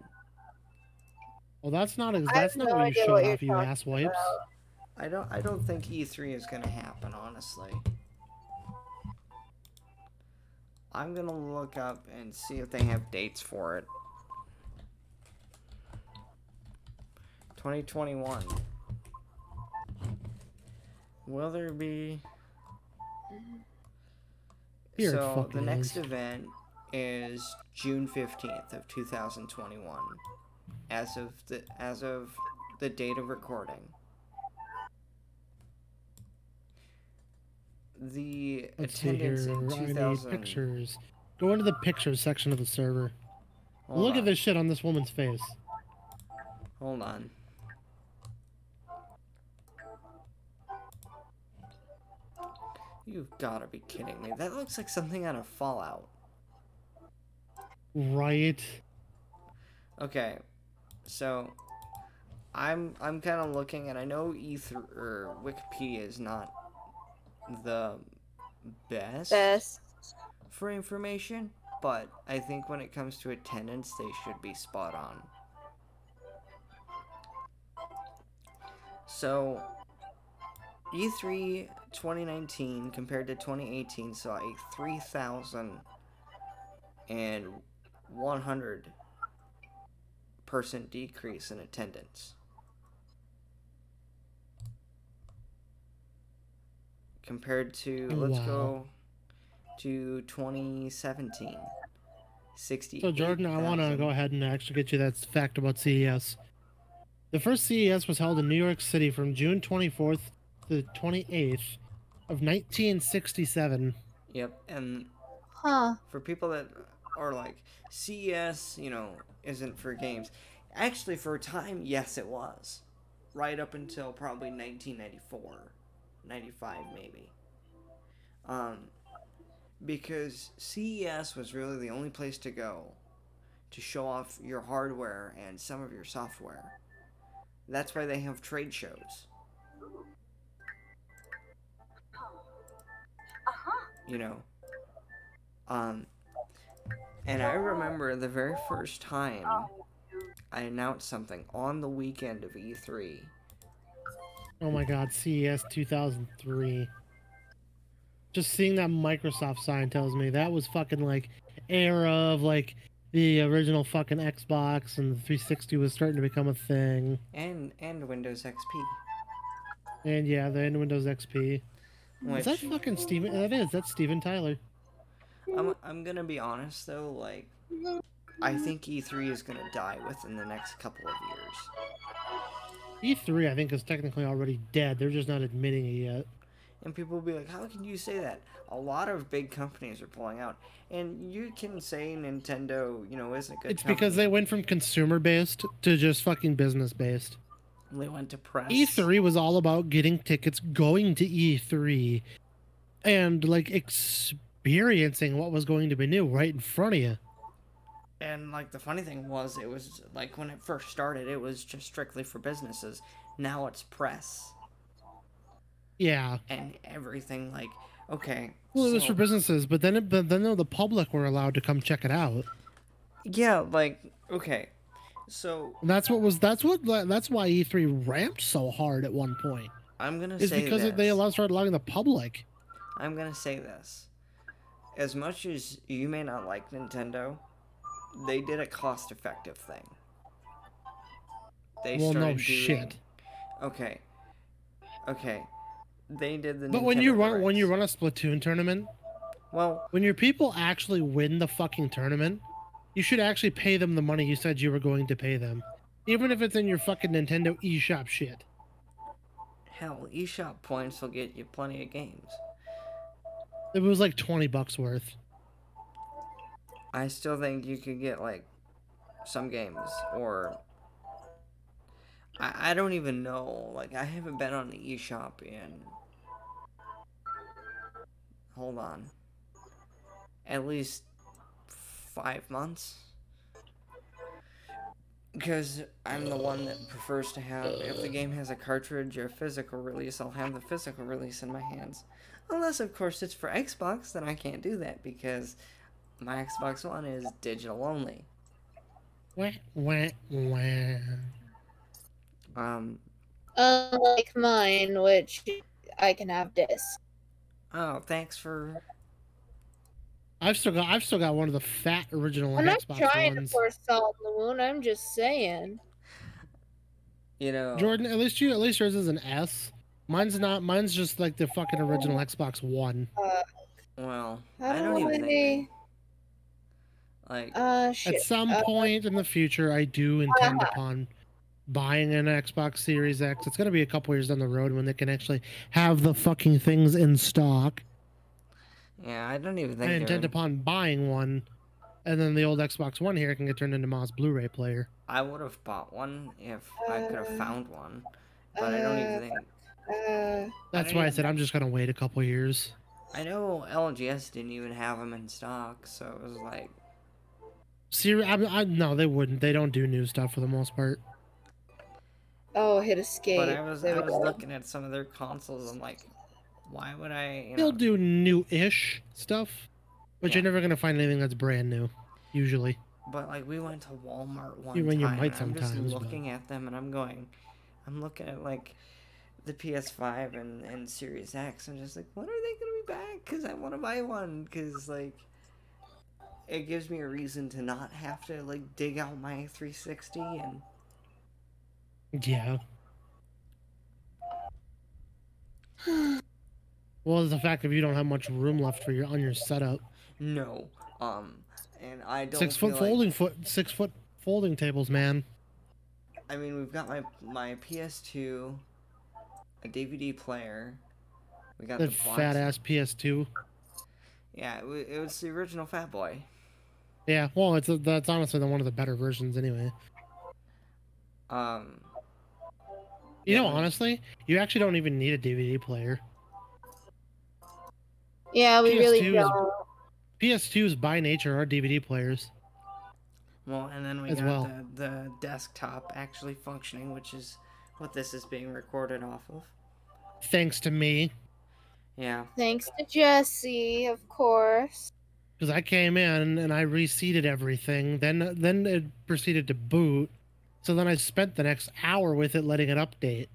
Well, that's not ex- I have that's not no what you idea showed what you're off, you talking ass wipes. about. I don't I don't think E3 is gonna happen, honestly. I'm gonna look up and see if they have dates for it. 2021. Will there be You're a so the fucking next idiot. event is June fifteenth of two thousand twenty one, as of the as of the date of recording. The Let's see here. attendance in two I need thousand. pictures. Go into the pictures section of the server. Look at this shit on this woman's face. Hold on. You've gotta be kidding me. That looks like something out of Fallout. Right. Okay, so I'm I'm kind of looking, and I know Ether or Wikipedia is not the best, Best. for information, but I think when it comes to attendance, they should be spot on. So, E E3 2019 compared to 2018 saw a 3,100 person decrease in attendance. Compared to, let's Wow. go to 2017. 60. So Jordan, I want to go ahead and actually get you that fact about CES. The first CES was held in New York City from June 24th to the 28th of 1967. Yep, and Huh. for people that are like CES, you know, isn't for games. Actually, for a time, yes, it was. Right up until probably 1994, 95 maybe. Um, because CES was really the only place to go to show off your hardware and some of your software. That's why they have trade shows. You know, um, and I remember the very first time I announced something on the weekend of E E3. Oh my God, CES 2003. Just seeing that Microsoft sign tells me that was fucking like era of like the original fucking Xbox and the 360 was starting to become a thing. And and Windows XP. And yeah, then Windows XP. Is Which that fucking Steven? That is. That's Steven Tyler. I'm I'm gonna be honest though, like I think E3 is gonna die within the next couple of years. E3, E I think, is technically already dead. They're just not admitting it yet. And people will be like, how can you say that? A lot of big companies are pulling out. And you can say Nintendo, you know, isn't a good It's because they company. went from consumer based to just fucking business based. they went to press. E3 E was all about getting tickets, going to E3, and like experiencing what was going to be new right in front of you. And like the funny thing was, it was like when it first started, it was just strictly for businesses. Now it's press Yeah. and everything. Like, okay. Well, it was so- for businesses, but then it, but then the public were allowed to come check it out. Yeah, like okay. So And that's what was that's what that's why E3 ramped so hard at one point. I'm gonna It's say because this. they allowed started allowing the public. I'm gonna say this. As much as you may not like Nintendo, they did a cost-effective thing. They well, no started doing... shit. Okay. Okay. They did the. But when you Nintendo run when you Directs. run a Splatoon tournament, well, when your people actually win the fucking tournament, you should actually pay them the money you said you were going to pay them, even if it's in your fucking Nintendo eShop shit. Hell, eShop points will get you plenty of games. It was like twenty bucks worth. I still think you could get like some games or I, I don't even know. Like I haven't been on the eShop in hold on. At least five months. Because I'm the one that prefers to have, if the game has a cartridge or physical release, I'll have the physical release in my hands. Unless, of course, it's for Xbox, then I can't do that because my Xbox One is digital only. Wah, wah, wah. Um, Unlike mine, which I can have discs. oh, thanks for. I've still got I've still got one of the fat original I'm not Xbox trying ones. to pour salt in the wound. I'm just saying. You know. Jordan, at least you at least yours is an S. Mine's not. Mine's just like the fucking original Xbox One. Uh, Well, I I don't don't even really- think. Like, Uh, shit. At some Uh, Uh-huh. point in the future, I do intend upon buying an Xbox Series X. It's gonna be a couple years down the road when they can actually have the fucking things in stock. yeah, I don't even think. I they're intend in- upon buying one, and then the old Xbox One here can get turned into Moz Blu-ray player. I would have bought one if I could Uh, have found one, but I don't uh, even think. Uh, That's why I said I'm just gonna wait a couple years. I know LGS didn't even have them in stock, so it was like, Seri- I, I, no, they wouldn't. They don't do new stuff for the most part. oh, hit escape. But I was There I we was go. looking at some of their consoles. I'm like, why would I? You know, They'll do new-ish stuff, but you're Yeah. never gonna find anything that's brand new. Usually, But like we went to Walmart one You mean time. you might and I'm just sometimes, but- looking at them and I'm going, I'm looking at like the PS5 and and Series X. I'm just like, when are they gonna be back? Cause I want to buy one. Cause like. It gives me a reason to not have to like dig out my 360 and yeah. Well, the fact that you don't have much room left for your on your setup, no, um, and I don't six foot feel like- folding foot, six foot folding tables, man. I mean, we've got my my PS2, a DVD player. We got That the box. fat ass PS2. Yeah, it, wa- it was the original Fat Boy. Yeah, well, it's that's honestly the one of the better versions anyway. Um, You know, Yeah. honestly, you actually don't even need a DVD player. Yeah, we really PS2 is- don't. PS2s by nature are DVD players. well, and then we As got well. the, the desktop actually functioning, which is what this is being recorded off of. Thanks to me, Yeah, Thanks to Jesse, of course. because I came in and I reseated everything. Then then it proceeded to boot. So then I spent the next hour with it letting it update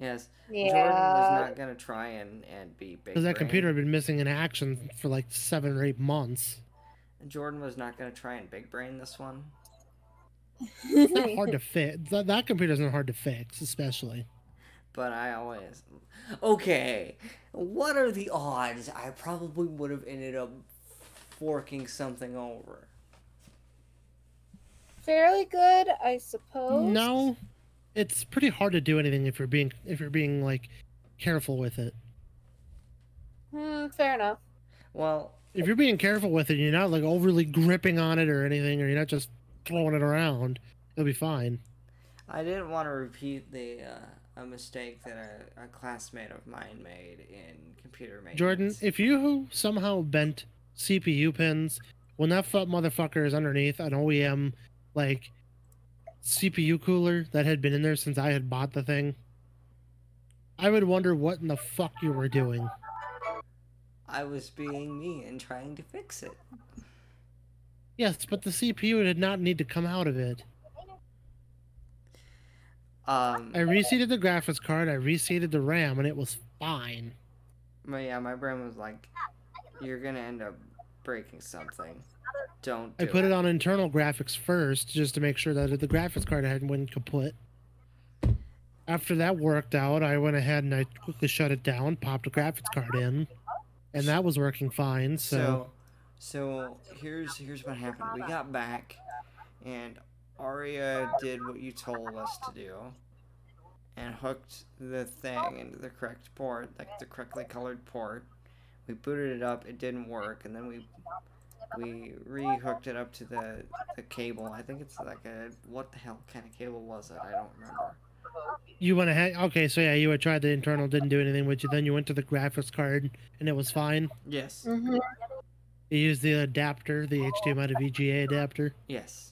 yes. Jordan was Yeah. not gonna try and and be big. because that brain. computer had been missing in action for like seven or eight months. Jordan was not gonna try and big brain this one. Not (laughs) hard to fix. That, that computer isn't hard to fix, especially. But I always. Okay, what are the odds I probably would have ended up forking something over? Fairly good, I suppose. No, it's pretty hard to do anything if you're being if you're being like careful with it. Hmm, fair enough. Well, if you're being careful with it, you're not like overly gripping on it or anything, or you're not just throwing it around, it'll be fine. I didn't want to repeat the uh, a mistake that a, a classmate of mine made in computer maintenance. Jordan, if you somehow bent CPU pins, when that fu- motherfucker is underneath an OEM like CPU cooler that had been in there since I had bought the thing, I would wonder what in the fuck you were doing. I was being me and trying to fix it. Yes, but the CPU did not need to come out of it. Um, I reseated the graphics card, I reseated the RAM, and it was fine. but yeah, my brain was like, "You're gonna end up breaking something. Don't." I Do put it on internal graphics first just to make sure that the graphics card I had went kaput. After that worked out, I went ahead and I quickly shut it down, popped a graphics card in, and that was working fine. So, So, so here's here's what happened. We got back, and Arya did what you told us to do, and hooked the thing into the correct port, like the correctly colored port. We booted it up. It didn't work, and then we we rehooked it up to the the cable. I think it's like a what the hell kind of cable was it? I don't remember. You went ahead. Okay, so yeah, you had tried the internal, didn't do anything with you. Then you went to the graphics card, and it was fine. Yes. (laughs) hmm You used the adapter, the HDMI to VGA adapter, Yes.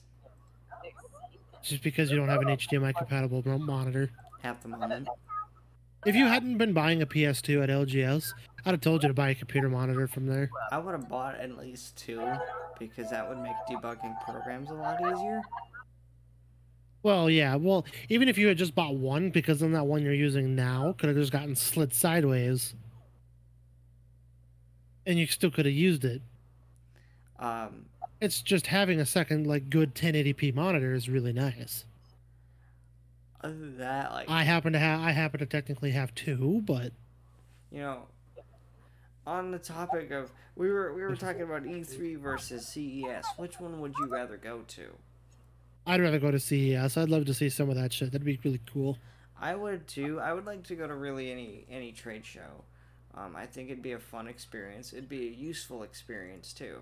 just because you don't have an HDMI compatible mo- monitor. At the moment. If you hadn't been buying a PS2 at LGS, I'd have told you to buy a computer monitor from there. I would have bought at least two because that would make debugging programs a lot easier. Well, yeah. Well, even if you had just bought one, because then that one you're using now could have just gotten slid sideways, and you still could have used it. Um, It's just having a second, like, good 1080p monitor is really nice. other than that, like I happen to have, I happen to technically have two, but you know, on the topic of we were we were talking about E3 versus CES. Which one would you rather go to? I'd rather go to CES. I'd love to see some of that shit. That'd be really cool. I would too. I would like to go to really any any trade show. Um, I think it'd be a fun experience. It'd be a useful experience too.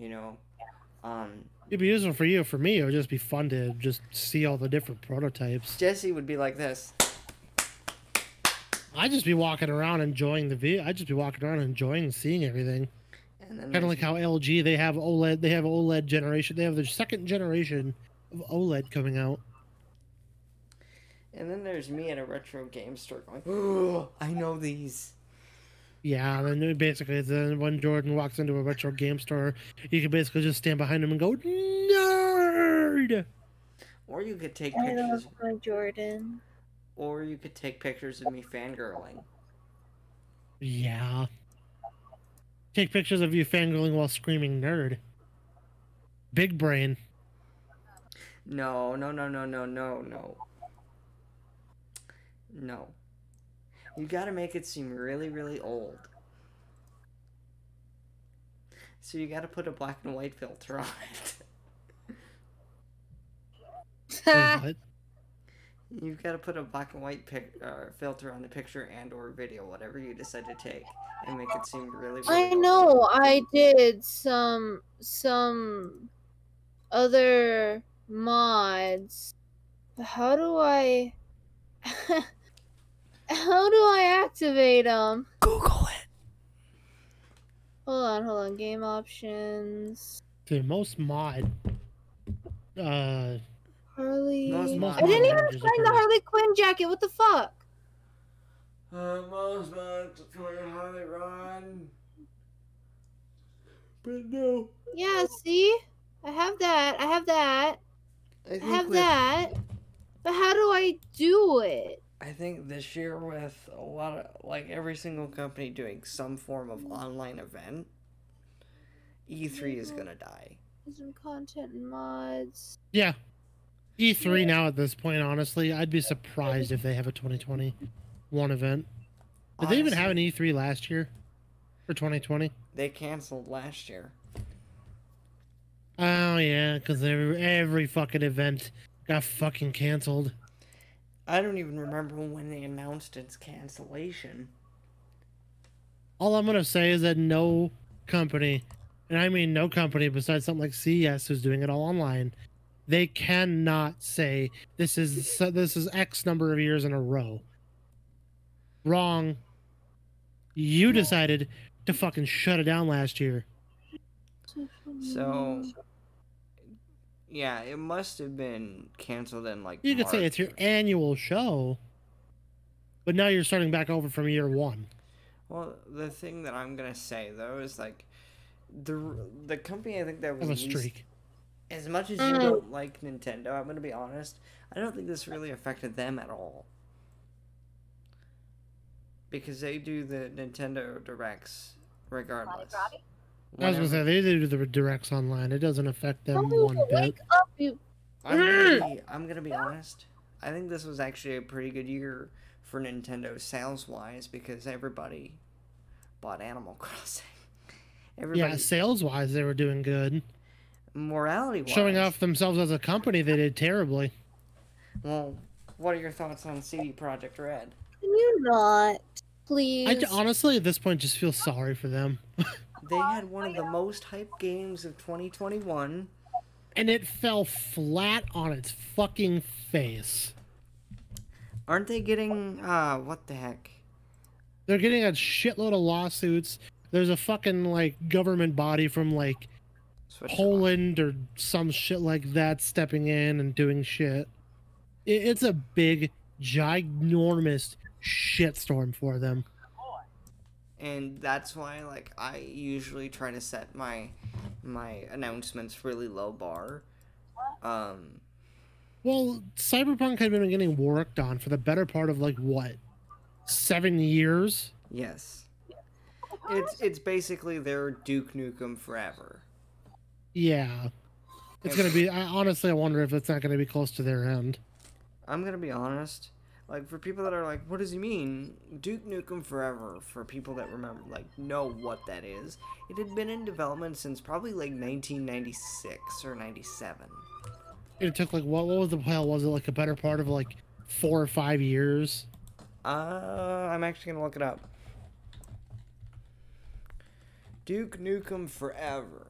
You know, um, It'd be useful for you. For me, it would just be fun to just see all the different prototypes. Jesse would be like this. I'd just be walking around enjoying the view. I'd just be walking around enjoying seeing everything. And then Kind of there's- like how LG they have OLED. They have OLED generation. They have their second generation of OLED coming out. And then there's me at a retro game store going, "Ooh, I know these." Yeah, and then basically, then when Jordan walks into a retro game store, you can basically just stand behind him and go, "Nerd!" Or you could take I love pictures. (laughs) my (laughs) Jordan. Or you could take pictures of me fangirling. Yeah. Take pictures of you fangirling while screaming nerd. Big brain. No, no, no, no, no, no, no. No. You gotta make it seem really, really old. So you gotta put a black and white filter on it. (laughs) Wait, what? You've got to put a black and white pic- uh, filter on the picture and or video, whatever you decide to take, and make it seem really. really I old. know I did some some other mods. How do I (laughs) How do I activate them? Google it. Hold on, hold on. Game options. Dude, most mod. Uh, Harley. No, it's mod I didn't even managers are find the pretty- Harley Quinn jacket. What the fuck? Uh, most months for Holly Ron. But no. Yeah, see? I have that. I have that. I think I have with, that. But how do I do it? I think this year with a lot of like every single company doing some form of online event, E3 is gonna die. Some content and mods. Yeah. E3 now at this point, honestly, I'd be surprised if they have a 2021 event. Did they even have an Honestly, E3 last year for 2020? They canceled last year. Oh, yeah, because every, every fucking event got fucking canceled. I don't even remember when they announced its cancellation. All I'm gonna say is that no company, and I mean no company besides something like CES who's doing it all online, they cannot say this is so- this is X number of years in a row. Wrong. You decided to fucking shut it down last year. So, yeah, it must have been canceled in like. You could say it's March. your annual show, but now you're starting back over from year one. Well, the thing that I'm gonna say though is like, the the company I think that Of a was streak. as much as you Mm. don't like Nintendo, I'm gonna be honest. I don't think this really affected them at all. Because they do the Nintendo directs regardless. I was gonna say Whenever- they do the directs online. It doesn't affect them Oh, one bit. wake up, you. I'm gonna, be, I'm gonna be honest. I think this was actually a pretty good year for Nintendo sales wise because everybody bought Animal (laughs) Crossing. Everybody, Yeah, sales wise, they were doing good. morality wise. showing off themselves as a company they did terribly Well, what are your thoughts on CD Project Red? Can you not? please. I j- honestly at this point just feel sorry for them, They had one of the most hype games of 2021. and it fell flat on its fucking face. Aren't they getting uh what the heck? They're getting a shitload of lawsuits. There's a fucking like government body from like Switzerland. Poland or some shit like that stepping in and doing shit. I- It's a big, ginormous shitstorm for them. and that's why like I usually try to set my my announcements really low bar. Um Well, Cyberpunk had been getting worked on for the better part of like what? Seven years? yes. It's it's basically their Duke Nukem forever. Yeah. It's going to be, I, honestly, I wonder if it's not going to be close to their end. I'm gonna be honest. Like for people that are like, what does he mean? Duke Nukem Forever. For people that remember, like, know what that is. It had been in development since probably like 1996 or 97. It took like, what, what was the hell was it? Like a better part of like four or five years? Uh, I'm actually gonna look it up. Duke Nukem Forever.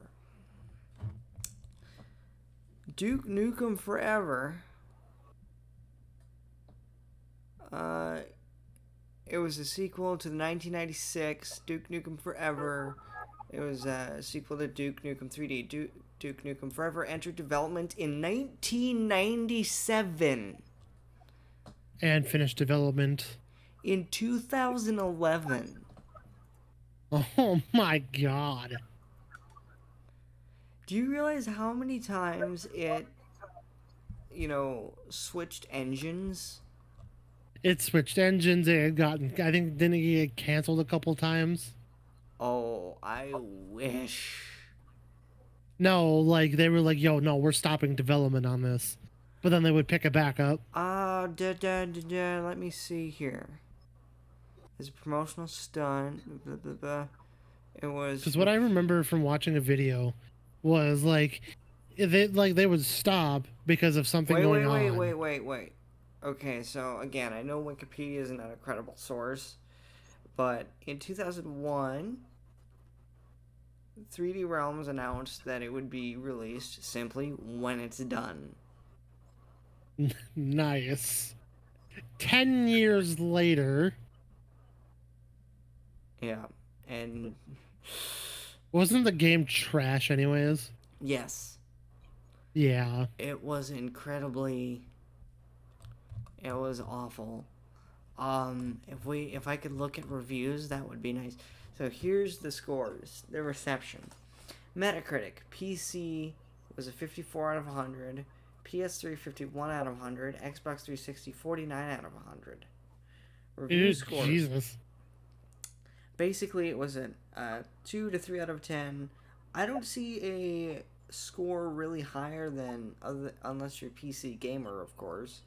Duke Nukem Forever. Uh, it was a sequel to the 1996 Duke Nukem Forever. It was a sequel to Duke Nukem 3D. Duke, Duke Nukem Forever entered development in 1997. And finished development. (laughs) In 2011. Oh my god. Do you realize how many times it, you know, switched engines? It switched engines. It had gotten, I think, didn't it get canceled a couple times? Oh, I wish. No, like they were like, yo, no, we're stopping development on this. But then they would pick it back up. Ah, da da da da. Let me see here. It's a promotional stunt. Blah, blah, blah. It was. Because what I remember from watching a video was like, they like they would stop because of something wait, going wait, wait, on. wait, wait, wait. Okay, so again, I know Wikipedia is not a credible source, but in 2001, 3D Realms announced that it would be released simply when it's done. Nice. Ten years later, Yeah, and wasn't the game trash anyways? yes, Yeah. it was incredibly. It was awful. Um, if we if I could look at reviews, that would be nice. So here's the scores, the reception. Metacritic PC was a 54 out of 100, PS3 51 out of 100, Xbox 360 49 out of 100. Review Ew, scores. Jesus. Basically, it was a uh, 2 to 3 out of 10. I don't see a score really higher than other, unless you're a PC gamer, of course.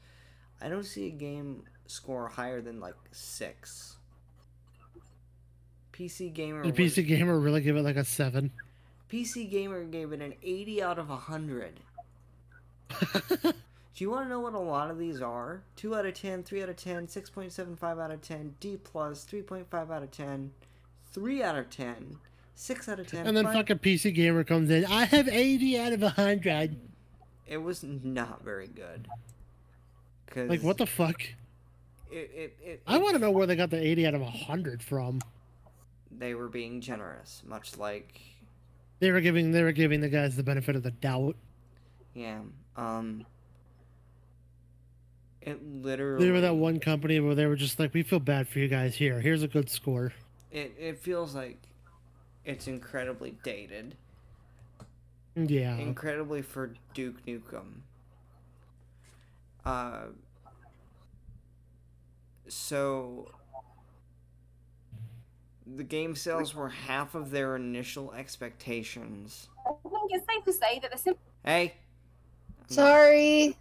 I don't see a game score higher than like 6. PC gamer The was- PC gamer really give it like a seven. PC Gamer gave it an 80 out of (laughs) 100. Do you want to know what a lot of these are? 2 out of 10, 3 out of 10, 6.75 out of 10, D plus, 3.5 out of 10, 3 out of 10, 6 out of 10. And then five- fucking PC gamer comes in. I have eighty out of hundred. It was not very good. Cause Like what the fuck? It, it, it, I it- want to know where they got the 80 out of 100 from. They were being generous, much like. They were giving they were giving the guys the benefit of the doubt. Yeah. Um. It literally. They were that one company where they were just like, "We feel bad for you guys. Here, here's a good score." it, it feels like it's incredibly dated. Yeah, Uh-huh. Incredibly for Duke Nukem. Uh, so the game sales were half of their initial expectations. I think it's safe to say that the simple Hey, Sorry,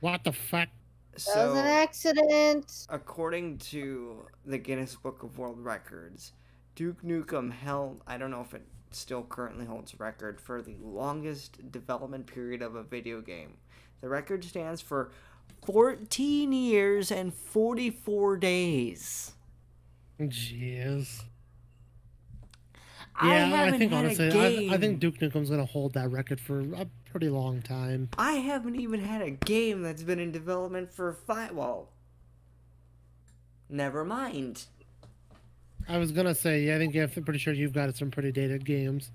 what the fuck? that was an so accident. according to the Guinness Book of World Records, Duke Nukem held, I don't know if it still currently holds record, for the longest development period of a video game. The record stands for 14 years and 44 days. Jeez. I Yeah, I, haven't think had honestly, a I, game. I think Duke Nukem's gonna hold that record for a pretty long time. I haven't even had a game that's been in development for five. Well, never mind. I was gonna say, yeah, I think yeah, I'm pretty sure you've got some pretty dated games,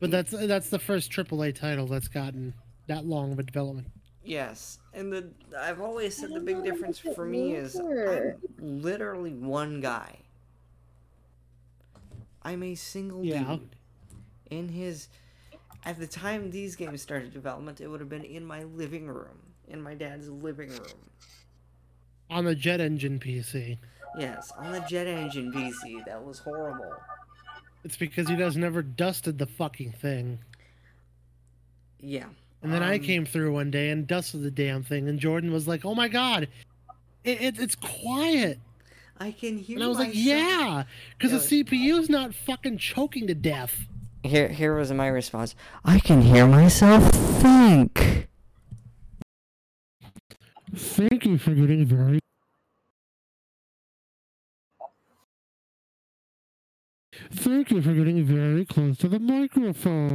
but that's that's the first AAA title that's gotten that long of a development. Yes, and the I've always I said the don't big know, I difference think it for me is neither. I'm literally one guy. I'm a single Yeah. dude. In his, at the time these games started development, it would have been in my living room, in my dad's living room. On the Jet Engine PC, Yes, on the jet engine PC. That was horrible. it's because you guys never dusted the fucking thing. Yeah. And then I um, came through one day and dusted the damn thing, and Jordan was like, "Oh my god, it, it, it's quiet," I can hear. and I was like, myself. "Yeah, because Yeah, the CPU's not fucking choking to death." Here, here was my response. I can hear myself think. Thank you for getting very. Thank you for getting very close to the microphone.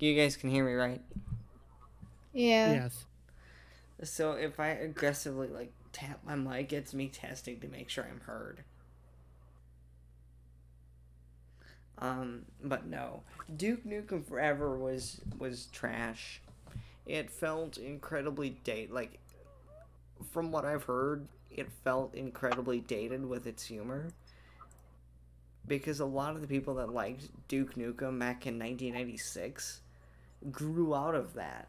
You guys can hear me, right? Yeah. Yes. So if I aggressively like tap my mic, it's me testing to make sure I'm heard. Um, but no, Duke Nukem Forever was was trash. It felt incredibly date like from what I've heard, it felt incredibly dated with its humor. Because a lot of the people that liked Duke Nukem back in 1996 grew out of that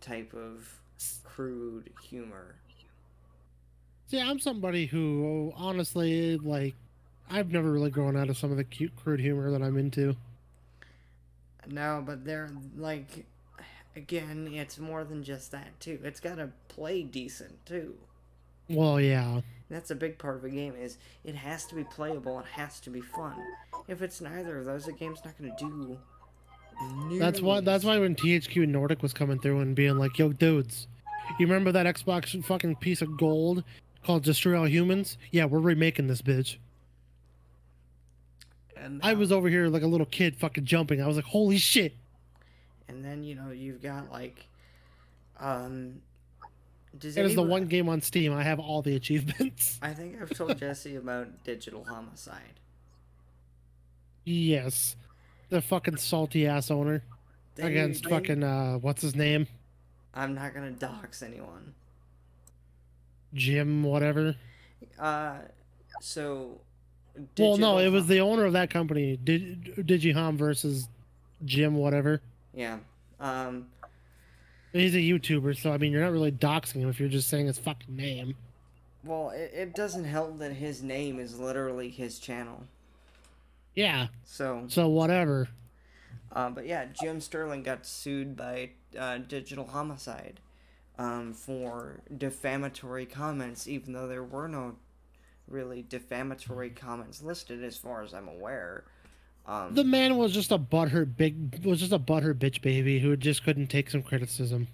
type of crude humor. See, I'm somebody who honestly, like, I've never really grown out of some of the cute, crude humor that I'm into. No, but they're like, again, it's more than just that too. It's got to play decent too. Well, yeah. That's a big part of a game is it has to be playable. It has to be fun. If it's neither of those, the game's not gonna do. That's why. That's nearly why when THQ Nordic was coming through and being like, "Yo, dudes, you remember that Xbox fucking piece of gold called Destroy All Humans? Yeah, we're remaking this bitch." as- And I then- was over here like a little kid, fucking jumping. I was like, "Holy shit!" And then you know you've got like, um. Does It is the anyone- one game on Steam I have all the achievements. (laughs) (laughs) I think I've told Jesse about Digital Homicide. yes, the fucking salty ass owner They- against they- fucking uh, what's his name, I'm not gonna dox anyone. Jim, whatever. Uh, so. well, Digital no, it was Hom- the owner of that company, Dig- Digihom versus Jim, whatever. Yeah. Um. He's a YouTuber, so I mean, you're not really doxing him if you're just saying his fucking name. Well, it, it doesn't help that his name is literally his channel. Yeah. So, So whatever. uh, but yeah, Jim Sterling got sued by uh, Digital Homicide um, for defamatory comments, even though there were no really defamatory comments listed, as far as I'm aware. Um, The man was just a butthurt big was just a butthurt bitch baby who just couldn't take some criticism.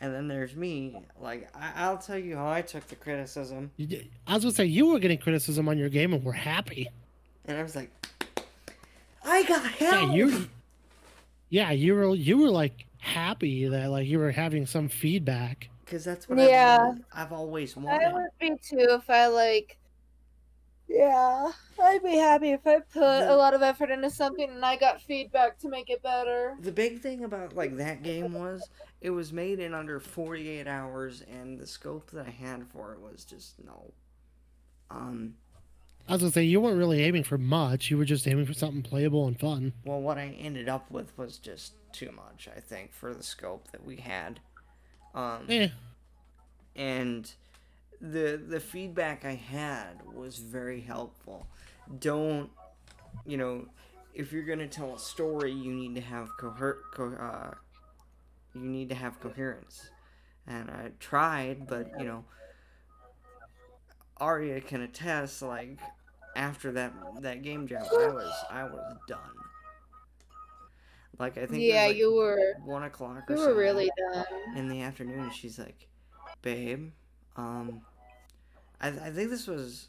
and then there's me. Like, I- I'll tell you how I took the criticism. You d- I was gonna say you were getting criticism on your game and we're happy. And I was like, I got help! Yeah, you. Yeah, you were you were like happy that like you were having some feedback. Because that's what Yeah. I've, always, I've always wanted. I would be too if I like. Yeah, I'd be happy if I put a lot of effort into something and I got feedback to make it better. the big thing about like that game was it was made in under 48 hours and the scope that i had for it was just no um I was gonna say you weren't really aiming for much. You were just aiming for something playable and fun. well what i ended up with was just too much i think for the scope that we had um Yeah, and the the feedback I had was very helpful. Don't you know if you're gonna tell a story, you need to have coher- co- uh, you need to have coherence. And I tried, but you know, Arya can attest. Like after that that game jam, I was I was done. Like I think it was, Yeah, like, you were- one o'clock. Or We were something really done. in the afternoon she's like babe um I, I think this was.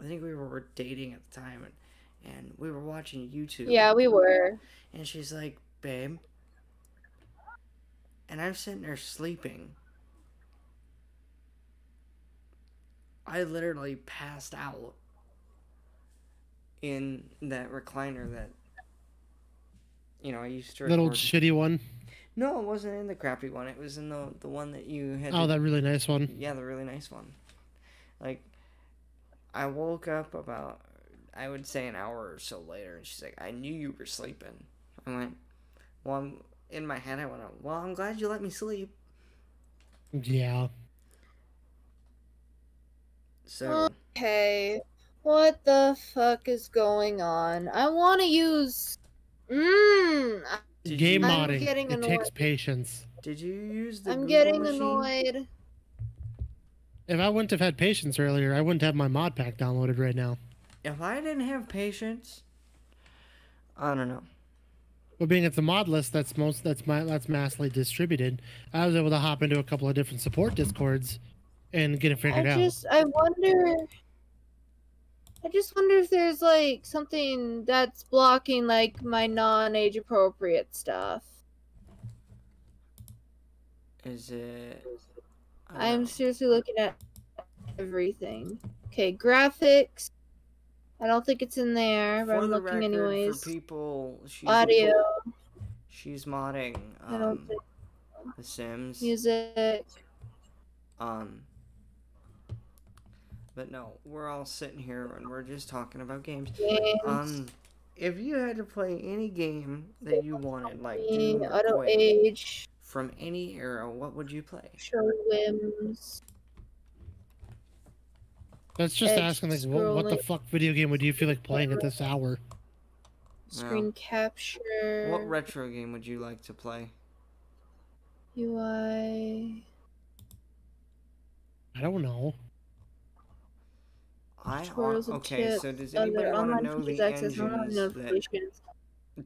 I think we were dating at the time, and, and we were watching YouTube. Yeah, we were. And she's like, "Babe," and I'm sitting there sleeping. I literally passed out in that recliner that you know I used to. That old record- shitty one. no, it wasn't in the crappy one. It was in the the one that you had. Oh, to- that really nice one. yeah, the really nice one. Like, I woke up about, I would say an hour or so later, and she's like, I knew you were sleeping. I'm like, well, I'm, in my head, I went, well, I'm glad you let me sleep. Yeah. Uh, So, Okay. What the fuck is going on? I want to use. Mmm. did Game you, I'm modding. getting It takes annoyed. patience. did you use the I'm Google getting machine? annoyed. If I wouldn't have had patience earlier, I wouldn't have my mod pack downloaded right now. If I didn't have patience, I don't know. But being it's a mod list that's most that's my that's massively distributed, I was able to hop into a couple of different support discords and get it I figured out. just. I wonder. I just wonder if there's like something that's blocking like my non-age appropriate stuff. Is it. I don't I'm know. seriously looking at everything. Okay, graphics. I don't think it's in there, but For I'm the looking record, anyways. for people, she's, Audio, she's modding I don't um, think The Sims. music. Um, but no, we're all sitting here and we're just talking about games. Games. Um, if you had to play any game that you wanted, like Being Doom or auto Quake, age, from any era, what would you play? show whims. that's just edge asking like what, what the scrolling. fuck video game would you feel like playing at this hour? Screen capture, What retro game would you like to play? UI. I don't know. I Tutorials on, and okay. tips So does Other anybody want online to know the features access, engines online that notifications.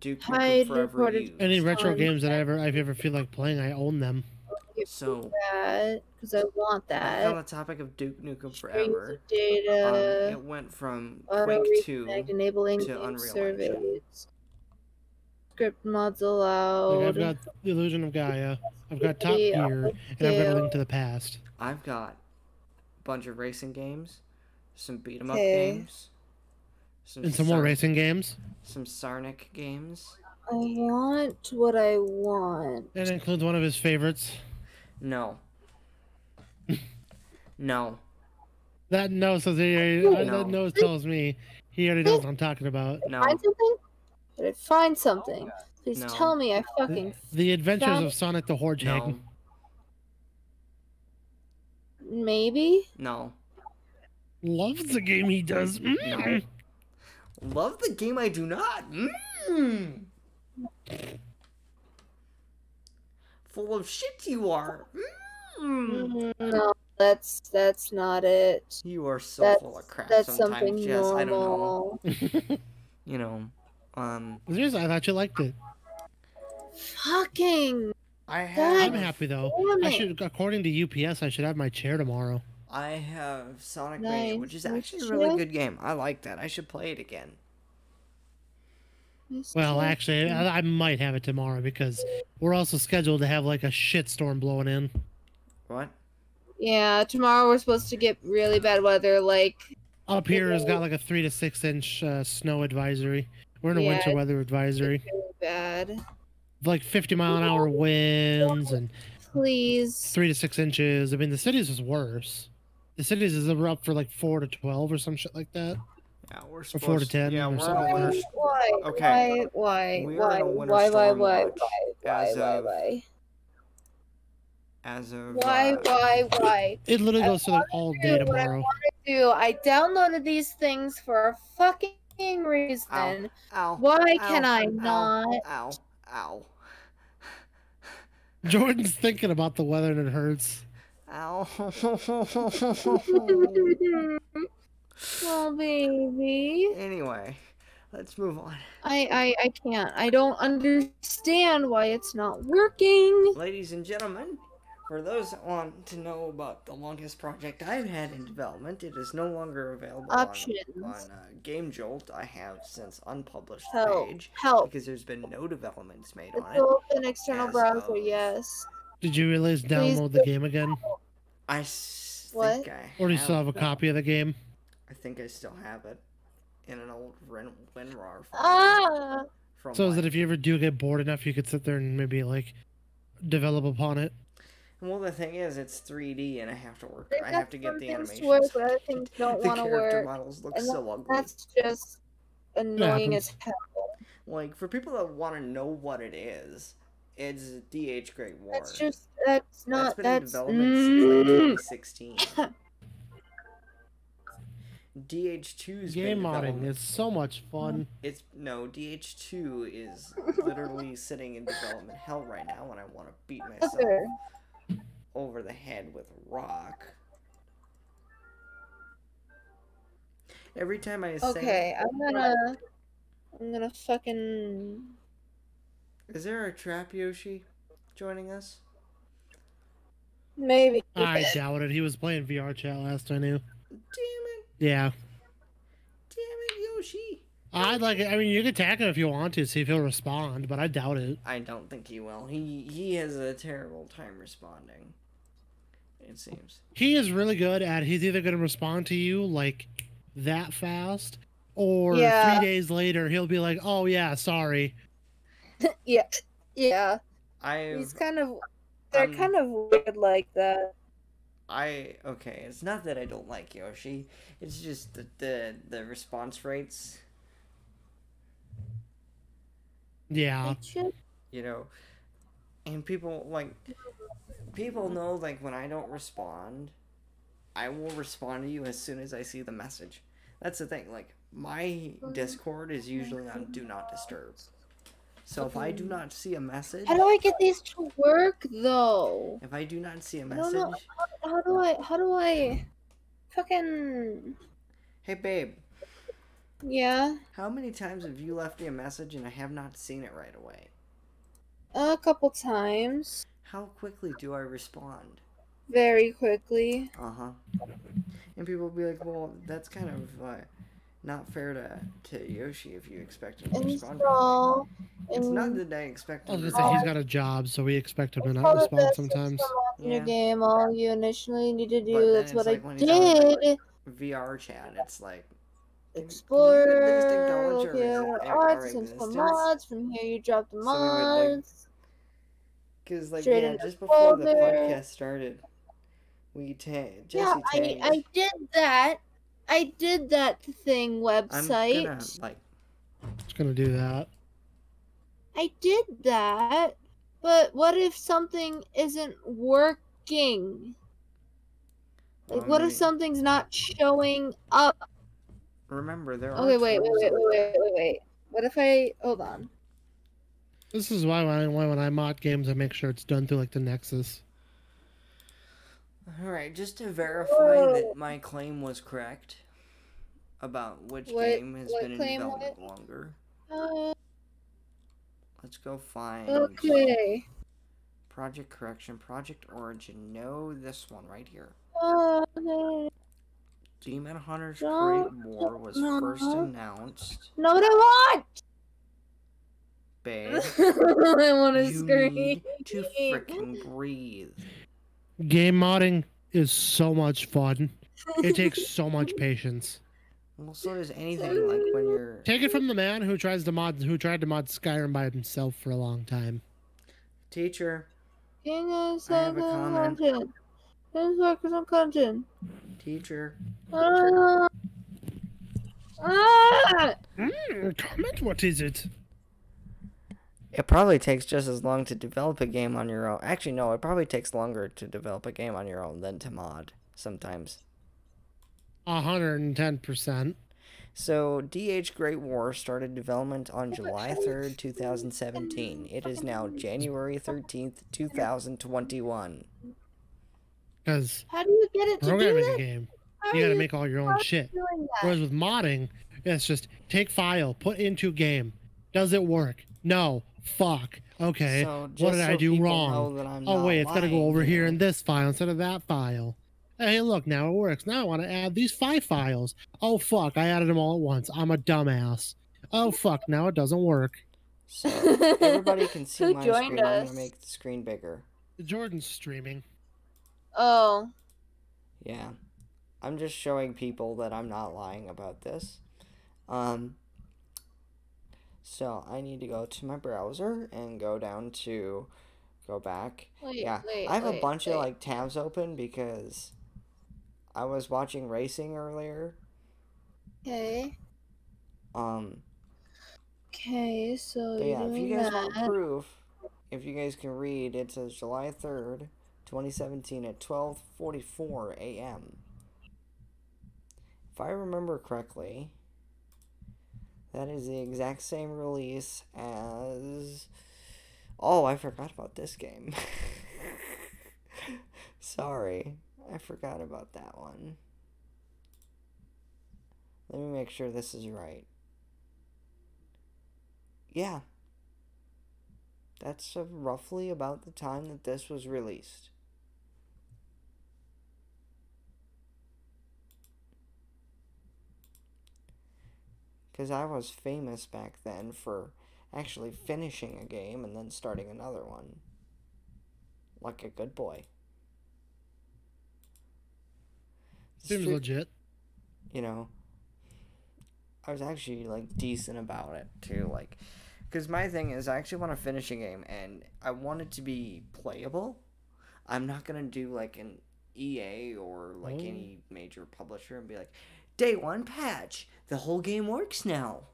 Duke Nukem Hide Forever recorded- used? Any retro Um, games that I ever I've ever feel like playing, I own them. Give So- that because I want On that. the topic of Duke Nukem Strings Forever, of um, data. it went from Uh, Auto Quake 2 reconnect enabling to game Unreal Engine. surveys. Script mods Like, allowed. I've got The Illusion of Gaia, I've got Top Oh, Yeah, Gear, and I've got yeah. A Link to the Past. I've got a bunch of racing games, some beat 'em up Okay. games, some And some more Sar- racing games. some Sarnic games. I want what I want. That includes one of his favorites. (laughs) No. no. That no says he, uh, No. that no tells me he already knows what I'm talking about. No. Find something? Did I find something? Please No. tell me I fucking The Adventures Found- of Sonic the Hedgehog. No. maybe. No. Loves the game he does. No. Mm. Love the game I do not. Mm. Full of shit you are. Mm. No, that's that's not it. You are so That's full of crap that's something sometimes, Jess. normal. I don't know. You know. Um Seriously, I thought you liked it. Fucking I I'm have happy though. damn I it. should, according to UPS, I should have my chair tomorrow. I have Sonic Mania, which is Nice. actually a really Yeah. good game. I like that. I should play it again. Well, actually, I, I might have it tomorrow because we're also scheduled to have like a shitstorm blowing in. What? Yeah, tomorrow we're supposed to get really bad weather, like Up here has got like a three to six inch uh, snow advisory. We're in a Yeah, winter weather advisory. really bad. Like 50 mile an hour winds and Please. three to six inches. I mean, the cities is worse. The cities is we're up for like four to 12 or some shit like that. Yeah, we're to supposed 10 Yeah, or we're in something. a winter. Why? s- Why? Okay. Why? We are Why? in a winter Why? Why? Why? storm Why? watch Why? as Why? of, Why? As of Why? uh, Why? (laughs) Why? It literally I goes to like all day do what I tomorrow. Do I downloaded these things for a fucking reason? Ow. Why ow, can I ow, (laughs) not? Ow. Ow. (laughs) Jordan's thinking about the weather and it hurts. Ow. (laughs) oh, baby. anyway, let's move on. I, I I can't. I don't understand why it's not working. Ladies and gentlemen, For those that want to know about the longest project I've had in development, it is no longer available on- Options. on, uh, Game Jolt. I have since unpublished the Help. page Help. because there's been no developments made Oh. It's on it. still an external As browser, of- yes. Did you realize Please download the game again? I s- What? think I Or do you have still have a copy of the game? I think I still have it in an old Ren- WinRAR file. Ah! from So is like- that if you ever do get bored enough, you could sit there and maybe like develop upon it? Well, the thing is, it's 3D, and I have to work. They've I got have to get some the things animations. to work, but other (laughs) things don't the want to character work. models look and so ugly. That's just annoying as hell. Like for people that want to know what it is, it's DH Great War. That's just that's not been in that's, development since like Mm. 2016. (laughs) DH2 's Game been modding development- is so much fun. It's no DH2 is (laughs) literally sitting in development hell right now, and I want to beat myself Other. over the head with a rock. Every time I say, Okay, I'm gonna I'm gonna fucking "Is there a trap Yoshi joining us?" maybe I doubt it. He was playing VR chat last I knew. Damn it! Yeah. Damn it, Yoshi! I'd like it. I mean, you could tag him if you want to, see if he'll respond, but I doubt it. I don't think he will. He he has a terrible time responding. It seems. He is really good at he's either going to respond to you like that fast, or Yeah. three days later, he'll be like, oh, yeah, sorry. yeah yeah. I've He's kind of they're I'm- kind of weird like that. I okay. It's not that I don't like Yoshi. It's just the the, the response rates. Yeah. You know, and people like people know like when I don't respond, I will respond to you as soon as I see the message. That's the thing. Like my Mm-hmm. Discord is usually on Do Not Disturb. So if I Mm-hmm. do not see a message, How do I get these to work though? if I do not see a I don't message, know. How do I how do I fucking hey babe, yeah How many times have you left me a message and I have not seen it right away? a couple times How quickly do I respond? very quickly. Uh huh. And people will be like, well, that's kind of uh, not fair to, to Yoshi if you expect him to And respond. right so away. It's not and- that I expect I was him to going to say, Oh, he's respond. got a job, so we expect him to not All of respond this is sometimes. from watching Yeah. Your game, all you initially need to do. then That's it's what like I when he's on- did. VR chat, it's like, "Can- can you at least Explore, acknowledge look our at exi- our our odds and for existence?" mods. From here, you drop the So we would, like, mods. Cause like Straight yeah, into just before the folder. podcast started, we tagged Jesse yeah, I, tagged. I did that. I did that thing I'm website. gonna like Just going to do that. I did that. But what if something isn't working? Like, Well, what I if mean- something's not showing up? remember there. are Okay, wait, wait, trolls wait, out wait, there. wait, wait, wait. What if I hold on? This is why when I, why when I mod games, I make sure it's done through like the Nexus. Alright, just to verify that Whoa. my claim was correct about which What- game has what been in claim development longer, Uh, let's go find okay. Project Correction, Project Origin. No, this one right here. Oh, Okay. Demon Hunter's Don't Great War was know. first announced. Not what I (laughs) Babe, want. I want to you scream. need to freaking breathe. Game modding is so much fun. It takes so much patience. Well, so does anything like (laughs) when you're. Take it from the man who tries to mod who tried to mod Skyrim by himself for a long time. Teacher, (laughs) King is I have a second comment. content. This work is on content. teacher. Ah. Ah! comment, what is it? It probably takes just as long to develop a game on your own. Actually, no, it probably takes longer to develop a game on your own than to mod sometimes. hundred and ten percent. So, DH Great War started development on July 3rd, 2017. It is now January 13th, 2021. Because How do you get it to programming do a that? game, How you are gotta you make all your own shit. doing that? Whereas with modding, it's just take file, put into game. Does it work? No. fuck. Okay. So what just did I so do people wrong? know that I'm oh not wait, it's gotta go lying over to here you. in this file instead of that file. Hey, look, now it works. Now I want to add these five files. Oh fuck, I added them all at once. I'm a dumbass. Oh fuck, now it doesn't work. So (laughs) everybody can see Who my joined screen. I'm us? gonna make the screen bigger. Jordan's streaming. Oh, Yeah. I'm just showing people that I'm not lying about this. Um, so I need to go to my browser and go down to go back. wait, Yeah. wait. I have a wait, bunch wait. of like tabs open because I was watching racing earlier. Okay. Um, Okay, so but you're yeah, if doing you guys that. want proof, if you guys can read, it says July 3rd, 2017 at 12:44 a.m. If I remember correctly, that is the exact same release as Oh, I forgot about this game. (laughs) Sorry. I forgot about that one. Let me make sure this is right. Yeah. That's uh, roughly about the time that this was released. Because I was famous back then for actually finishing a game and then starting another one. Like a good boy. Seems Street- legit. you know, I was actually like decent about it too. Like, because my thing is, I actually want to finish a game and I want it to be playable. I'm not gonna do like an EA or like Oh. any major publisher and be like, day one patch, the whole game works now.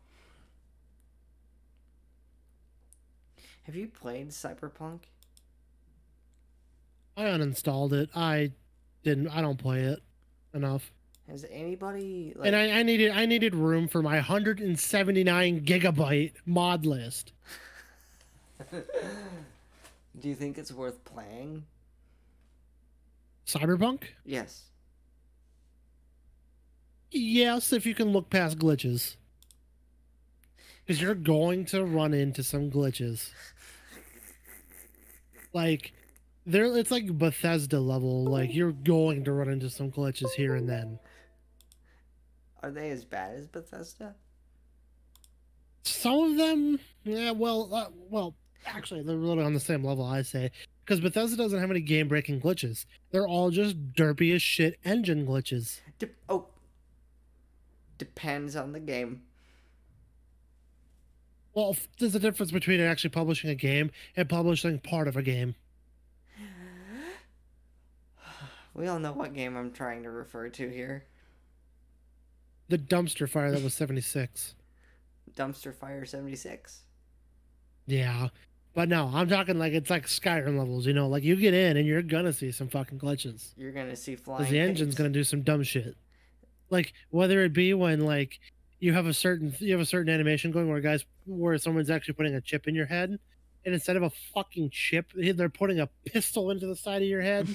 Have you played Cyberpunk? I uninstalled it. I didn't. I don't play it enough. Has anybody like? and I, I needed I needed room for my 179 gigabyte mod list. (laughs) do you think it's worth playing? Cyberpunk? Yes. Yes, if you can look past glitches. Because you're going to run into some glitches. Like, there it's like Bethesda level. Like you're going to run into some glitches here and then. Are they as bad as Bethesda? Some of them, yeah. Well, uh, well, actually, they're really on the same level. I say because Bethesda doesn't have any game-breaking glitches. They're all just derpy as shit engine glitches. Dep oh, depends on the game. Well, f- there's a difference between actually publishing a game and publishing part of a game. We all know what game I'm trying to refer to here. The dumpster fire that was 76. Dumpster Fire 76. Yeah. But no, I'm talking like it's like Skyrim levels, you know, like you get in and you're gonna see some fucking glitches. You're gonna see flying. Because the engine's things. gonna do some dumb shit. Like whether it be when like you have a certain you have a certain animation going where guys where someone's actually putting a chip in your head and instead of a fucking chip they're putting a pistol into the side of your head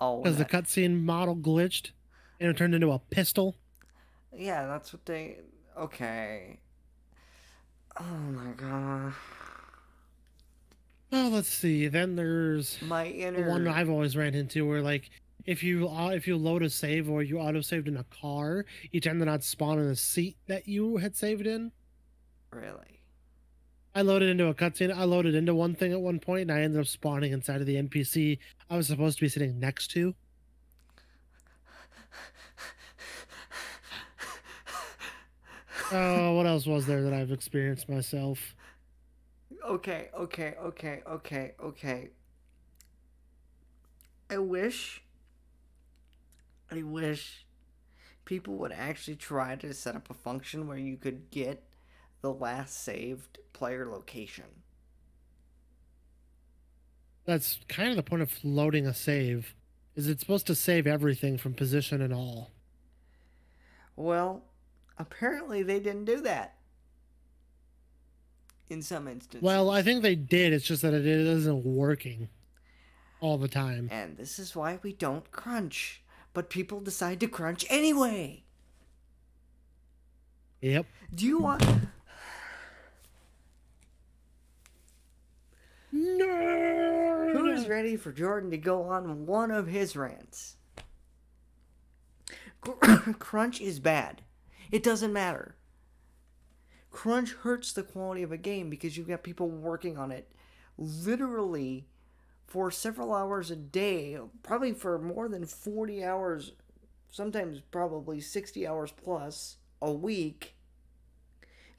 Oh, because the that- cutscene model glitched and it turned into a pistol. yeah, that's what they. Okay. Oh my god. Oh, let's see. Then there's My the inner. one I've always ran into where like if you au- if you load a save or you auto saved in a car, you tend to not spawn in the seat that you had saved in. Really? I loaded into a cutscene. I loaded into one thing at one point, and I ended up spawning inside of the NPC I was supposed to be sitting next to. Oh, what else was there that I've experienced myself? Okay, okay, okay, okay, okay. I wish. I wish people would actually try to set up a function where you could get the last saved player location. That's kind of the point of loading a save. Is it's supposed to save everything from position and all? Well, apparently they didn't do that. In some instances. Well, I think they did. It's just that it isn't working all the time. And this is why we don't crunch. But people decide to crunch anyway. Yep. Do you want? was ready for Jordan to go on one of his rants. Cr- (coughs) Crunch is bad. It doesn't matter. Crunch hurts the quality of a game because you've got people working on it literally for several hours a day, probably for more than 40 hours, sometimes probably 60 hours plus a week.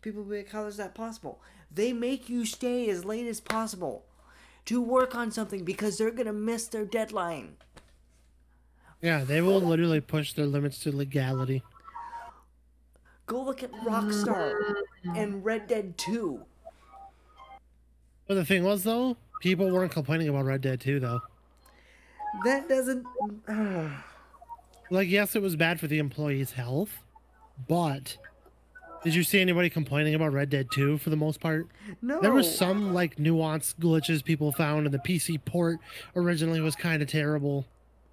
People be like, how is that possible? They make you stay as late as possible to work on something because they're going to miss their deadline. Yeah, they will literally push their limits to legality. Go look at Rockstar and Red Dead 2. But the thing was, though, people weren't complaining about Red Dead 2, though. That doesn't. (sighs) Like, yes, it was bad for the employees' health, but did you see anybody complaining about Red Dead 2 for the most part? no. There were some like nuanced glitches people found, and the PC port originally was kind of terrible.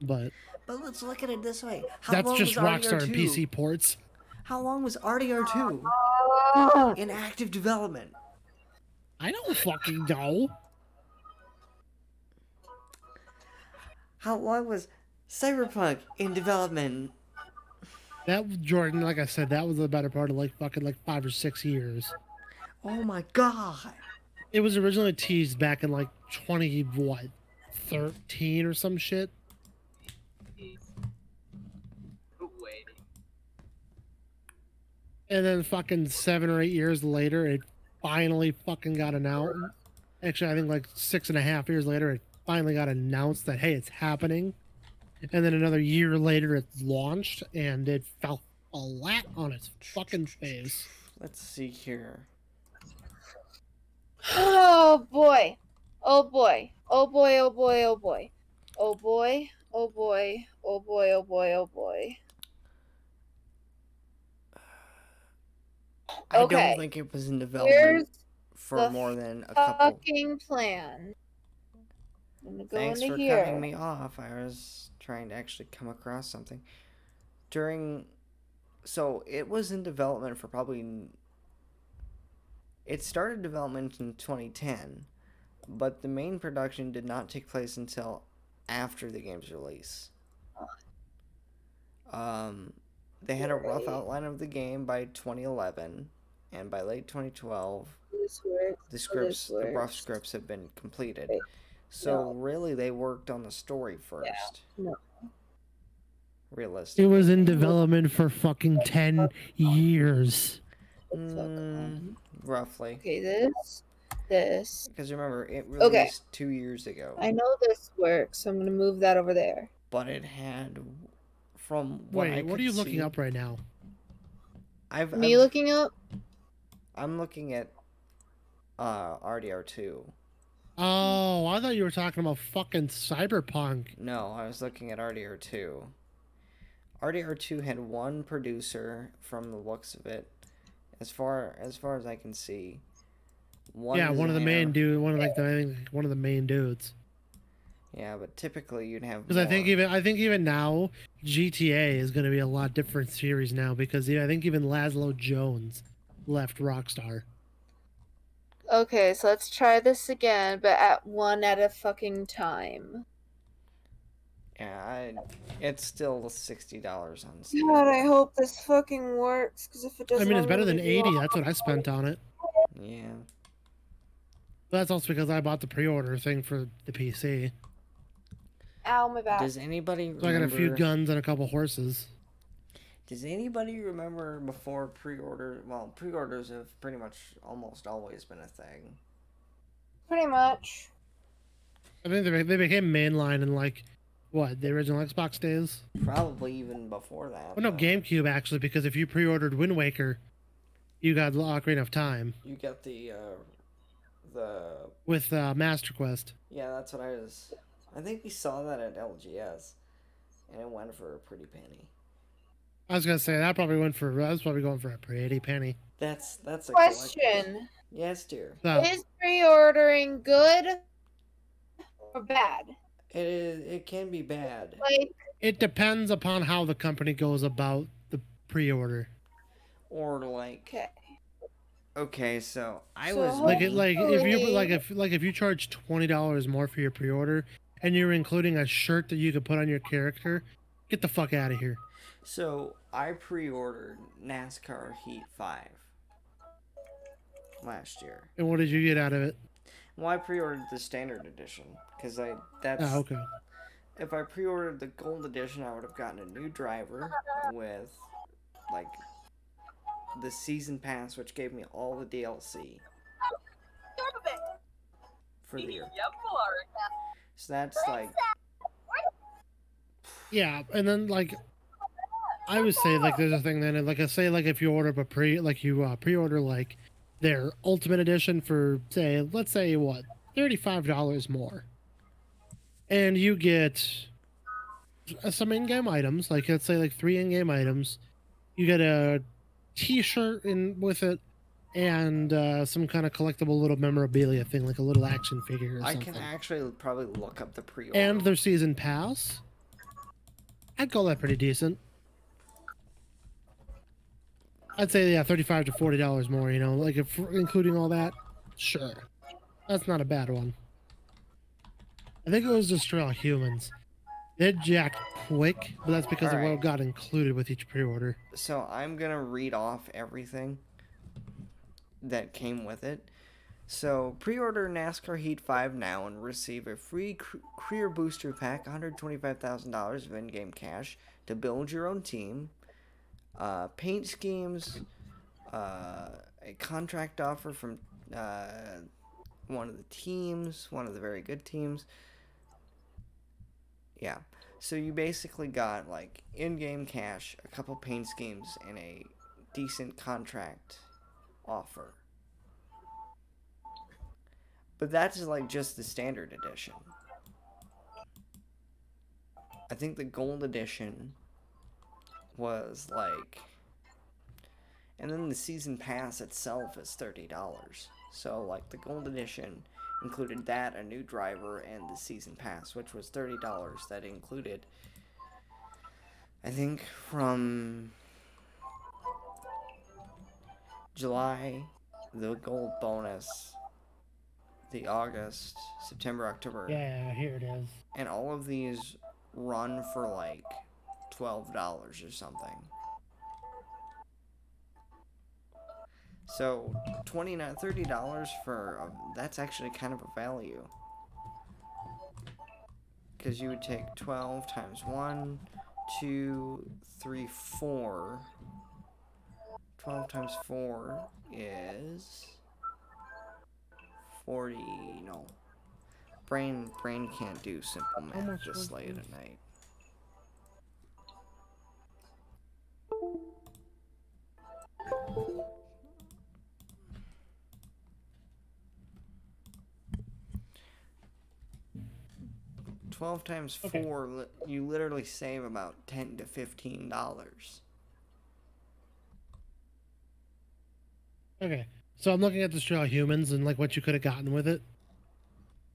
But But let's look at it this way. How that's long just was Rockstar and RDR2? PC ports. How long was RDR2 in active development? I don't fucking know. How long was Cyberpunk in development? That Jordan, like I said, that was the better part of like fucking like five or six years. Oh my god. It was originally teased back in like twenty what, thirteen or some shit. And then fucking seven or eight years later, it finally fucking got announced. Actually, I think like six and a half years later, it finally got announced that hey, it's happening. And then another year later, it launched and it fell flat on its fucking face. Let's see here. (gasps) Oh boy. Oh boy. Oh boy, oh boy, oh boy. Oh boy. Oh boy. Oh boy, oh boy, oh boy. I Okay. don't think it was in development Here's for the more than a couple. fucking plan. I'm gonna go Thanks into for here. cutting me off. I was trying to actually come across something. During. So it was in development for probably. n- It started development in 2010, but the main production did not take place until after the game's release. Um, they had a rough Right. outline of the game by 2011, and by late 2012, This works. the So there's scripts, the rough words. scripts have been completed. Wait, So really, they worked on the story first. no. It Realistic. was in development for fucking 10 years. Let's look. Mm, roughly. Okay, this, this. Because remember, it released Okay. two years ago, I know this works, so I'm gonna move that over there. but it had, from what I Wait, what could are you looking see- up right now? I've, Me I've- looking up. I'm looking at, uh, RDR two. Oh, I thought you were talking about fucking cyberpunk. No, I was looking at RDR two. RDR two had one producer from the looks of it, as far as far as I can see. One yeah, one of the designer. main dude, one of like the, I think one of the main dudes. Yeah, but typically you'd have. Because I think more. even I think even now GTA is going to be a lot different series now because yeah, I think even Laszlo Jones left Rockstar. Okay, so let's try this again, but at one at a fucking time. Yeah, I, it's still sixty dollars on sale. God, I hope this fucking works, because if it I doesn't, mean, it's I'm better gonna than be 80. lost. That's what I spent on it. Yeah, But that's also because I bought the pre-order thing for the PC. Ow, my back. does anybody So I got a remember? few guns and a couple horses. Does anybody remember before pre-order? Well, pre-orders have pretty much almost always been a thing. Pretty much. I think they, be- they became mainline in like what the original Xbox days. Probably even before that. Well, no, though. GameCube actually, because if you pre-ordered Wind Waker, you got Ocarina of Time You got the, uh, the with uh, Master Quest. yeah. That's what I was. I think we saw that at LGS, and it went for a pretty penny. I was gonna say that probably went for that's probably going for a pretty penny. That's that's a collect- Question: Yes, dear. So Is pre-ordering good or bad? It is. It can be bad. Like, it depends upon how the company goes about the pre-order. or like okay, Okay, so I So was how- Like it, like if you Hopefully. like if like if you charge twenty dollars more for your pre-order and you're including a shirt that you could put on your character, get the fuck out of here. so I pre-ordered NASCAR Heat 5 last year. And what did you get out of it? Well, I pre-ordered the standard edition because I that's Oh, okay. if I pre-ordered the gold edition, I would have gotten a new driver with like the season pass, which gave me all the DLC for the year. So that's like Yeah, and then like I would say like there's a thing then and, like I say like if you order up a pre like you uh, pre-order like their ultimate edition for say let's say what thirty-five dollars more, and you get uh, some in-game items like let's say like three in-game items, you get a T-shirt in with it. And uh, some kind of collectible little memorabilia thing, like a little action figure. Or I something can actually probably look up the pre-order. and their season pass. I'd call that pretty decent. I'd say yeah, thirty-five to forty dollars more. You know, like if including all that, sure, that's not a bad one. I think it was just raw humans. They're jacked quick, but that's because of Alright. what got included with each pre-order. so I'm gonna read off everything that came with it. So pre-order NASCAR Heat 5 now and receive a free c- career booster pack, $125,000 of in-game cash to build your own team, uh, paint schemes, uh, a contract offer from uh, one of the teams, one of the very good teams. Yeah. So you basically got like in-game cash, a couple paint schemes, and a decent contract offer. But that's like just the standard edition. I think the gold edition was like and then the season pass itself is $30. So like the gold edition included that, a new driver, and the season pass, which was thirty dollars. That included, I think, from July, the gold bonus, the August, September, October, Yeah, here it is. and all of these run for like twelve dollars or something. So twenty nine thirty dollars for a, that's actually kind of a value because you would take twelve times one, two, three, four. Twelve times four is forty. No, brain brain can't do simple math much was this late this? at night. Twelve times Okay. four, li- you literally save about ten to fifteen dollars. Okay. So I'm looking at the straw humans and like what you could have gotten with it.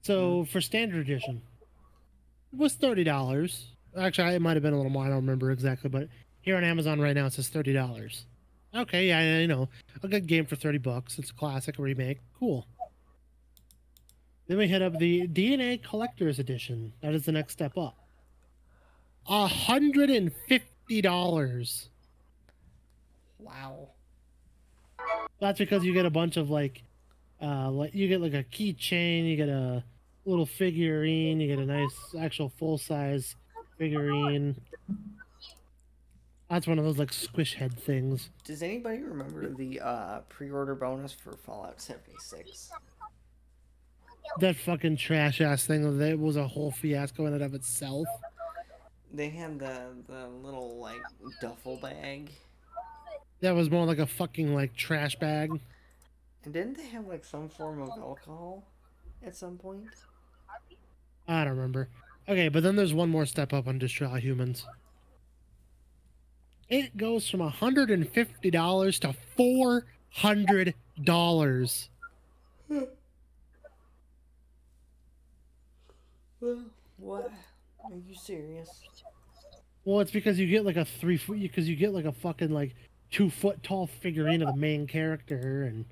So for standard edition, it was thirty dollars. Actually, it might have been a little more. I don't remember exactly, but here on Amazon right now it says thirty dollars. Okay, yeah, you know, a good game for thirty bucks. It's a classic remake. Cool. Then we hit up the DNA Collector's Edition. That is the next step up. A hundred and fifty dollars. Wow. That's because you get a bunch of like, uh, like you get like a keychain, you get a little figurine, you get a nice actual full size figurine. That's one of those like squish head things. Does anybody remember the uh, pre-order bonus for Fallout 76? That fucking trash ass thing that was a whole fiasco in and of itself. They had the the little like duffel bag, That was more like a fucking like trash bag. and didn't they have like some form of alcohol at some point? I don't remember. Okay, but then there's one more step up on Destroy Humans. It goes from $150 to $400. Well, what? Are you serious? Well, it's because you get like a three foot, because you get like a fucking like two foot tall figurine of the main character, and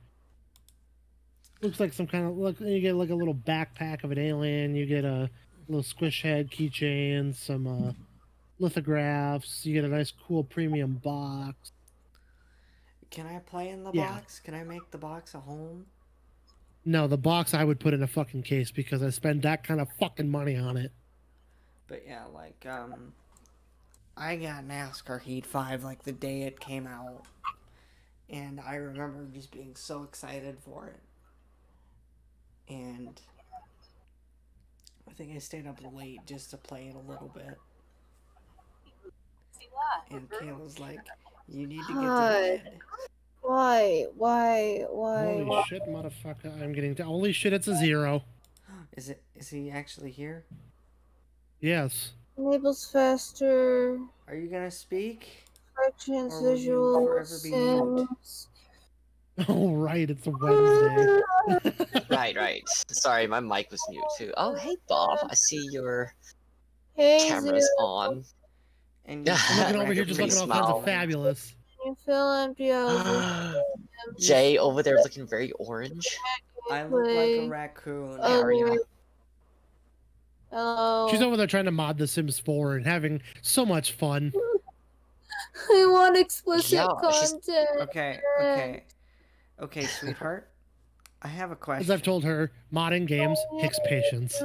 looks like some kind of look. You get like a little backpack of an alien. You get a little squish head keychain, some uh, lithographs. You get a nice, cool premium box. Can I play in the Yeah. box? Can I make the box a home? No, the box I would put in a fucking case because I spend that kind of fucking money on it. But yeah, like um, I got NASCAR Heat Five like the day it came out, and I remember just being so excited for it. And I think I stayed up late just to play it a little bit. And Kayla's like, "You need to get God. to bed." (gasps) Why? Why? Why? Holy Why? shit, motherfucker! I'm getting to holy shit. It's a zero. Is it? Is he actually here? Yes. (laughs) Enables faster. Are you gonna speak? High chance Or will you visual forever be mute? sims. Oh right, it's a (laughs) Wednesday. (laughs) right, right. Sorry, my mic was mute too. Oh, hey, Bob. I see your Hey, camera's Zoo, on. (laughs) And Yeah. I'm looking over here, just looking all kinds Smile. of fabulous. you feel empty out of (gasps) (gasps) Jay over there looking very orange. I look like a Like, raccoon. Oh, How are you? Hello. She's over there trying to mod The Sims 4 and having so much fun. I want explicit Yeah, she's- content. Okay, okay, okay, sweetheart. I have a As question. I've told her, modding games takes patience.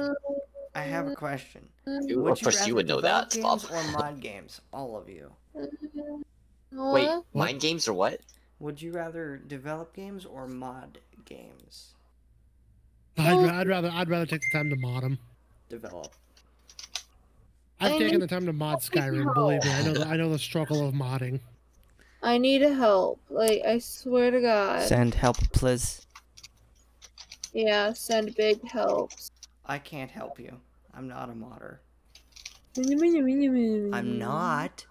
I have a question. You- of course, rather you would know develop that, Bob. games Or mod games, all of you. Wait, What? mind games or what? Would you rather develop games or mod games? I'd, I'd rather I'd rather take the time to mod them. Develop. I've I taken need the time to mod Skyrim. Believe me, I know the, I know the struggle of modding. I need help. Like I swear to God. Send help, please. yeah, send big helps. I can't help you. I'm not a modder. I'm I'm not.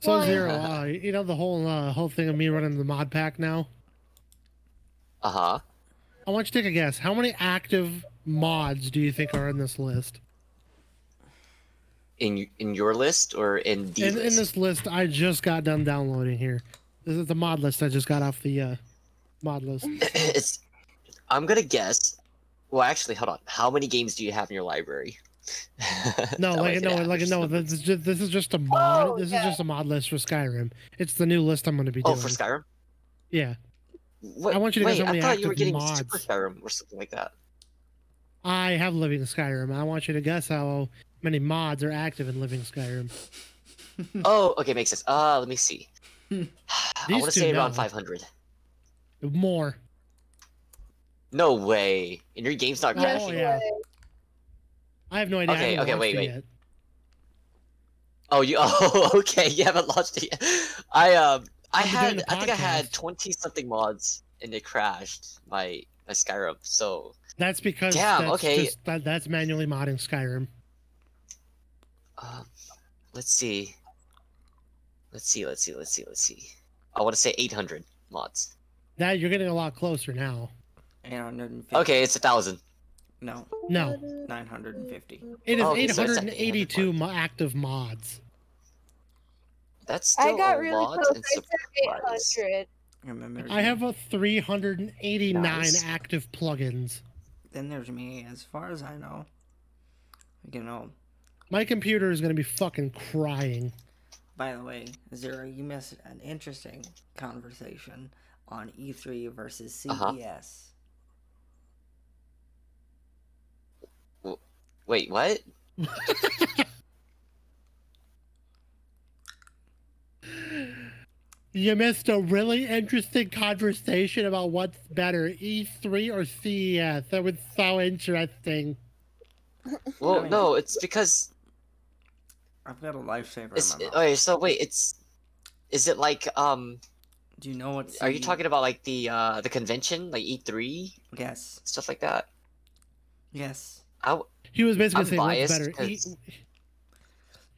So Why? zero, uh, you know the whole uh, whole thing of me running the mod pack now. Uh huh. I want you to take a guess. How many active mods do you think are in this list? In in your list or in the In, list? in this list, I just got done downloading here. This is the mod list I just got off the uh, mod list. (clears throat) it's. I'm gonna guess. Well, actually, hold on. How many games do you have in your library? (laughs) No, That way like I can no, average like no. them. This is just this is just a mod. Oh, this yeah. is just a mod list for Skyrim. It's the new list I'm going to be Oh, doing. for Skyrim. Yeah, What, I want you to guess wait, how many I thought you were active getting mods. Super Skyrim or something like that. I have Living Skyrim. I want you to guess how many mods are active in Living Skyrim. Oh, okay, makes sense. Uh, let (laughs) me see. I These want to two say around know. 500. More. No way. And your game's not Oh, crashing. yeah. I have no idea. I Okay, haven't okay, watched wait, it wait. yet. Oh, you. (laughs) Oh, okay. You haven't launched it. Yet. I um. I I've been doing had. the I think I had podcast. 20 something mods, and it crashed my my Skyrim. So That's because Damn, that's okay. just- that, that's manually modding Skyrim. um, let's see. Let's see. Let's see. Let's see. Let's see. I want to say 800 mods. That you're getting a lot closer now. 850. Okay, it's a thousand. No, No, 950. it is Okay, so it's at the 882 800 mo- active mods. That's I still got a really lot. close. I and said surprise. 800. Remember? I have a 389 Nice. active plugins. Then there's me. As far as I know, you know. My computer is going to be fucking crying. By the way, Zero, you missed an interesting conversation on E3 versus CES. Uh-huh. (laughs) Wait, what? You missed a really interesting conversation about what's better, E3 or CES. That was so interesting. Well, mean- no, it's because I've got a lifesaver it's. in my mouth. Okay, so wait, it's. Is it like um? Do you know what? Are you CE talking about like the uh the convention, like E three Yes. stuff like that? Yes. I w- He was basically I'm saying biased what's better. E- 'cause-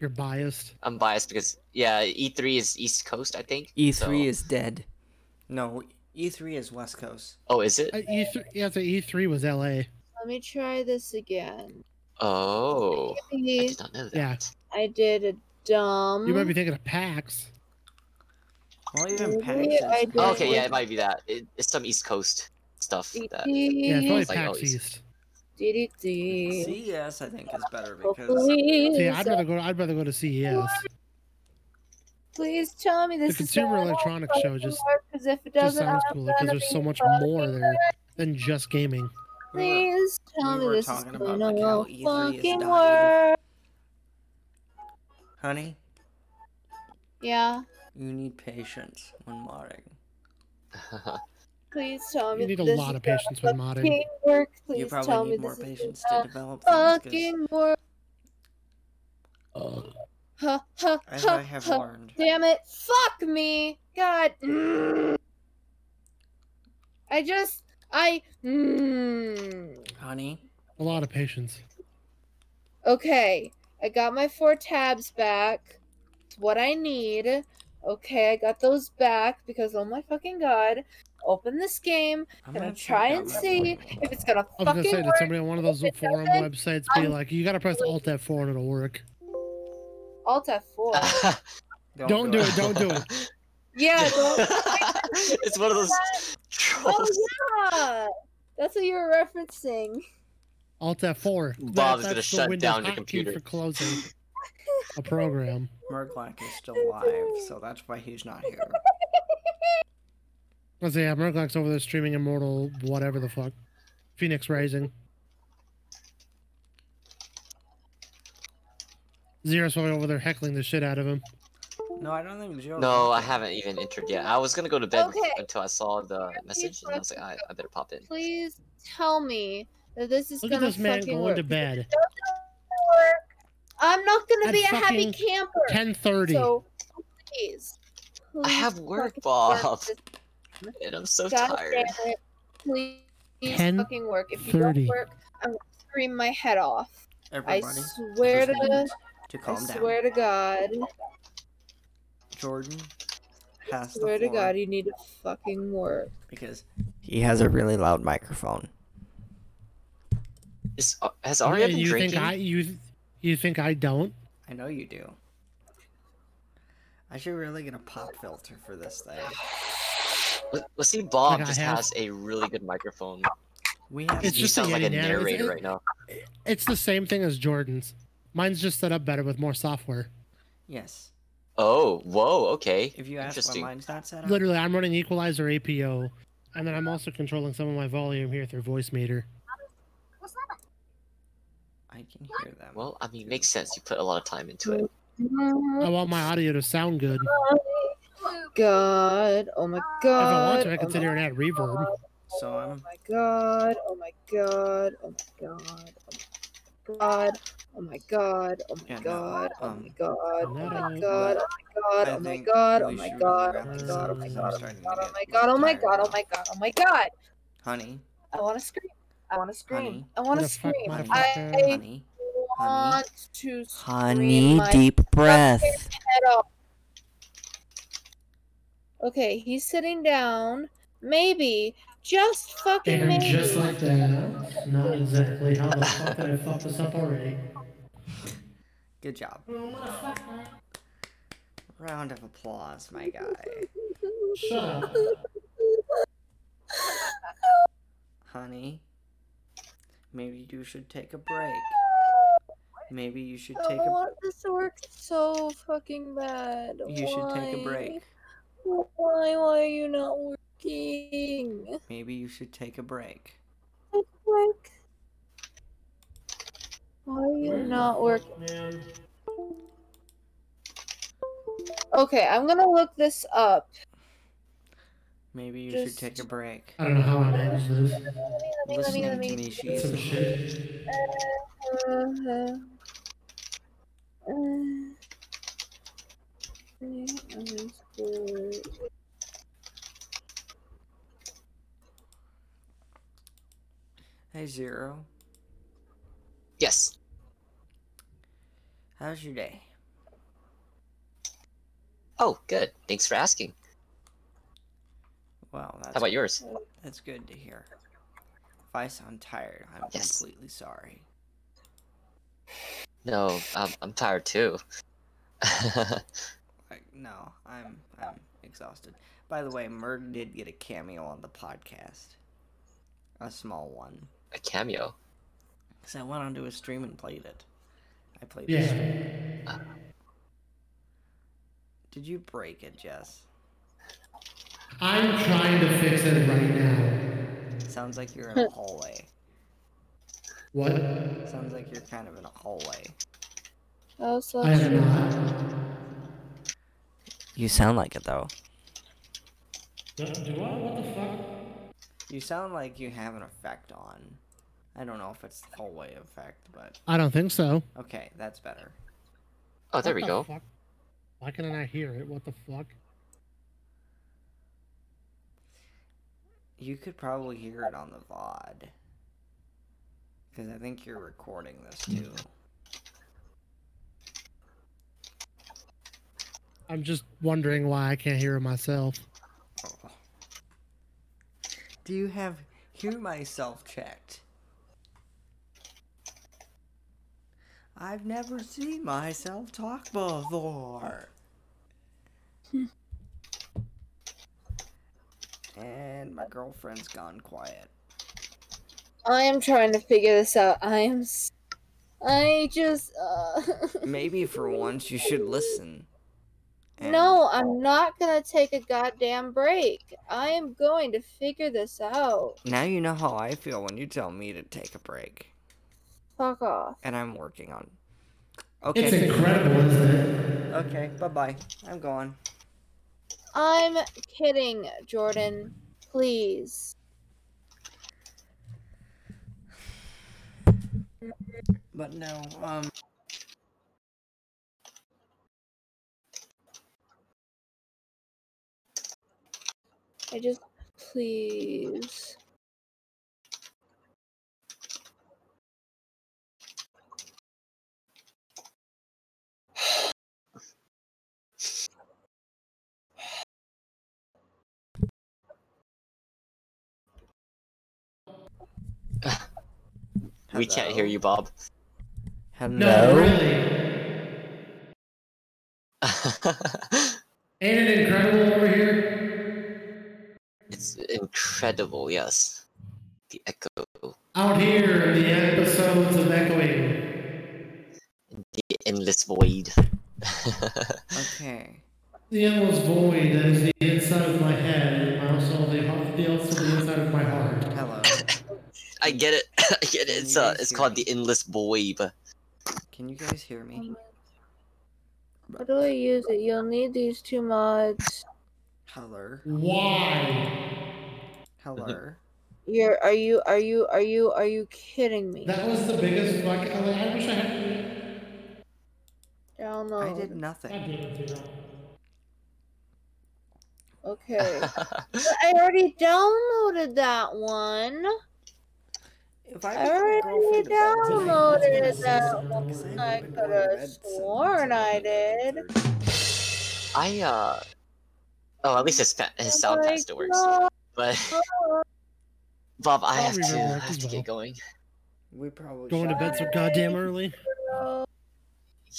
You're biased. I'm biased because yeah, E three is East Coast, I think. E E3 so- is dead. No, E3 is West Coast. Oh, is it? Uh, E3, yeah, so E3 was LA. Let me try this again. Oh, I Maybe did not know that. Yeah. I did a dumb. You might be thinking of PAX. Well, even Maybe I PAX. did. Oh, E okay, yeah, it might be that. It, it's some East Coast. stuff that Yeah, it's probably DDD, like oh, PAX always. East. DDD. CES, I think, is better because Please, uh, So, yeah, I'd rather go. I'd rather go to E CES. please tell me The this is Consumer not Electronics Show just because if it just doesn't, sounds I'm cooler because gonna there's so be much fucking more there than just gaming. we were, Please tell we me were this is talking going about, like, how on. E3 is Fucking dying. work. honey, Yeah. you need patience when modding. Please tell me. You need a this lot is of patience when gonna modding. Fucking work. Please you tell probably me need more this is patience to gonna develop things. 'cause Fucking work. Ha ha As I ha have ha. learned, Damn it. Fuck me. God. Mm. I just. I. Mm. honey, A lot of patience. Okay, I got my four tabs back. It's what I need. Okay, I got those back because oh my fucking god. Open this game I'm and gonna I'll try check and out my see portal. if it's gonna I was fucking gonna say, did work. somebody on one of those If it forum doesn't, websites be like, "You gotta press Alt F4 and it'll work"? Alt (laughs) F4. Don't do it. Don't do it. yeah, (laughs) don't- it's one (laughs) of those (laughs) trolls. oh yeah. That's what you were referencing. (laughs) Alt F4. That- Bob's gonna that's the shut Windows down your hotkey computer. for closing a program. (laughs) Murglac is still alive, so that's why he's not (laughs) here. Let's say, yeah, Murgloc's over there streaming Immortal, whatever the fuck, Phoenix Rising. Zero's probably over there heckling the shit out of him. No, I don't think Joe. No, I haven't even entered yet. I was gonna go to bed Okay. until I saw the message, and I was like, I, I better pop in. Please tell me that this is Look at gonna this man fucking going work. (laughs) to bed. Work. I'm not gonna At be a happy fucking camper. 10:30. So please, please I have work, fucking Bob, this and I'm so God tired. damn it. Please, please 10, fucking work. If you 30. don't work, I'm gonna scream my head off. Everybody, I swear just to needs to I calm swear to God. down. Jordan I has the swear to floor God, you need to fucking work. because he has a really loud microphone. Is, uh, has Arya been you drinking? think I you you think I don't? I know you do. I should really get a pop filter for this thing. Let- Let's see. Bob Like I just have- has a really good microphone. We have It's he just a sounds like a yeti nano, it's- narrator it- right now. It's the same thing as Jordan's. Mine's just set up better with more software. yes. Oh, whoa, okay. If you ask why Interesting. mine's not set up, Literally, I'm running Equalizer APO, and then I'm also controlling some of my volume here through voice meter. What's that? I can hear them. Well, I mean, makes sense. You put a lot of time into Mm. it. I want my audio to sound good. If God, oh my I God. want to, I oh can sit my here and add reverb. so I'm Oh my god, oh my god, oh my god, oh my god, oh my god, oh Yeah, my no, god, oh um, my god, oh my no, god, I oh my think god, oh we my should really god, oh wrap my this god, oh up my 'cause god, I'm oh starting to my get god, tired oh my god, oh now. my god, oh my god, honey, I wanna scream, I wanna scream, I What wanna the fuck, scream, motherfucker? I honey, want to scream honey, my deep (laughs) breath. head off. Okay, he's sitting down, maybe, just fucking And maybe. just like that, not exactly how the fuck did I fuck this up already? Good job. Round of applause, my guy. (laughs) Shut up. Honey, maybe you should take a break. Maybe you should take I a want this to work so fucking bad. you should take a Why? break. Why? Why are you not working? Maybe you should take a break. Take a break. Why are you not working? Okay, I'm gonna look this up. Maybe you should take a Just- break. I don't know how I managed this. Let me, Listening let to me, let me. me, she's Some shit. Uh-huh. Uh, three underscore Hey Zero, Yes. how's your day? Oh, good. Thanks for asking. Wow, that's How about yours? that's good to hear. If I sound tired, I'm Yes. completely sorry. No, I'm, I'm tired too. (laughs) Like no, I'm I'm exhausted. By the way, Merg did get a cameo on the podcast. a small one. A cameo. Because I went onto his stream and played it. I played Yeah. his stream. Did you break it, Jess? I'm trying to fix it right now. Sounds like you're in a hallway. What? Sounds like you're kind of in a hallway. (laughs) Oh, so I am not. You sound like it though. Do do I? What the fuck? You sound like you have an effect on. I don't know if it's the hallway effect, but I don't think so. okay, that's better. Oh, there What we the go. fuck? Why can I not hear it? What the fuck? You could probably hear it on the VOD. Because I think you're recording this too. I'm just wondering why I can't hear it myself. Oh. Do you have hear myself checked? I've never seen myself talk before. and my girlfriend's gone quiet. I am trying to figure this out. I am. s- I just. Uh... (laughs) Maybe for once you should listen. And no, I'm not gonna take a goddamn break. I am going to figure this out. Now you know how I feel when you tell me to take a break. Fuck off. And I'm working on. Okay. incredible, isn't it? Okay. Bye bye. I'm gone. I'm kidding, Jordan. Please. But no, um. I just. Please. We can't hear hello? you, Bob. (laughs) Hello. really. Ain't it incredible over here? it's incredible, yes. The echo, Out here, the episodes of echoing. the endless void. (laughs) Okay. The endless void that is the inside of my head, and also the, heart- the, also the inside of my heart. Hello. I get it. (laughs) I get it. It's Can you uh, guys it's hear called me? the endless void. (laughs) Can you guys hear me? How do I use it? You'll need these two mods. Hello. Why? Hello. You're. Are you? Are you? Are you? Are you kidding me? That was the biggest fuck. Like, I wish I had. I Download. did I nothing. did it too. Okay. (laughs) But I already downloaded that one. If I, I put my already girlfriend to bed tonight, downloaded that's gonna suck, 'cause that one. haven't I been could going to have bed since sworn I did. 11:30. I uh. Oh, at least his fa- his sound Like, tester works. no. But (laughs) Bob, I I'll have to remember I it have as to well. get going. We probably Going to should. bed so goddamn early.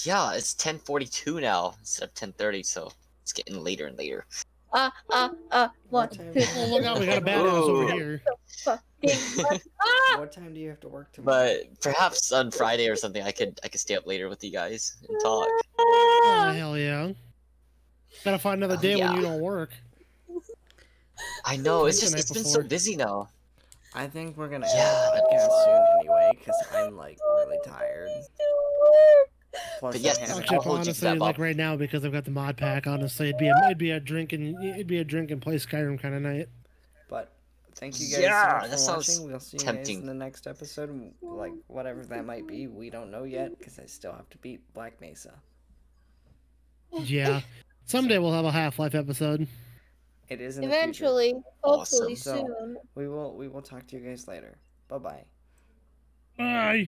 Yeah, it's 10:42 now instead of 10:30, so it's getting later and later. Uh, uh, uh, one, What two, time three. is Oh, it? look out, we got a badass over Ooh. here. fucking one. Ah! What time do you have to work tomorrow? But perhaps on Friday or something, I could I could stay up later with you guys and talk. Oh, hell yeah. Gotta find another Oh, day yeah. when you don't work. I know it's Like the just night it's been so before. busy now. I think we're gonna end the podcast soon anyway, because I'm like really tired. Plus, But yes, I I'll haven't- check- Except hold you to honestly, that, like Bob. right now because I've got the mod pack. Honestly, it'd be a it'd be a drink and it'd be a drink and play Skyrim kind of night. But thank you guys Yeah, so much that for sounds watching. We'll see you guys tempting. in the next episode. w- Like whatever that might be, we don't know yet because I still have to beat Black Mesa. (laughs) Yeah, someday we'll have a Half Life episode. It is in the future. Eventually, Awesome. hopefully So- soon. We will. We will talk to you guys later. Bye bye. Bye.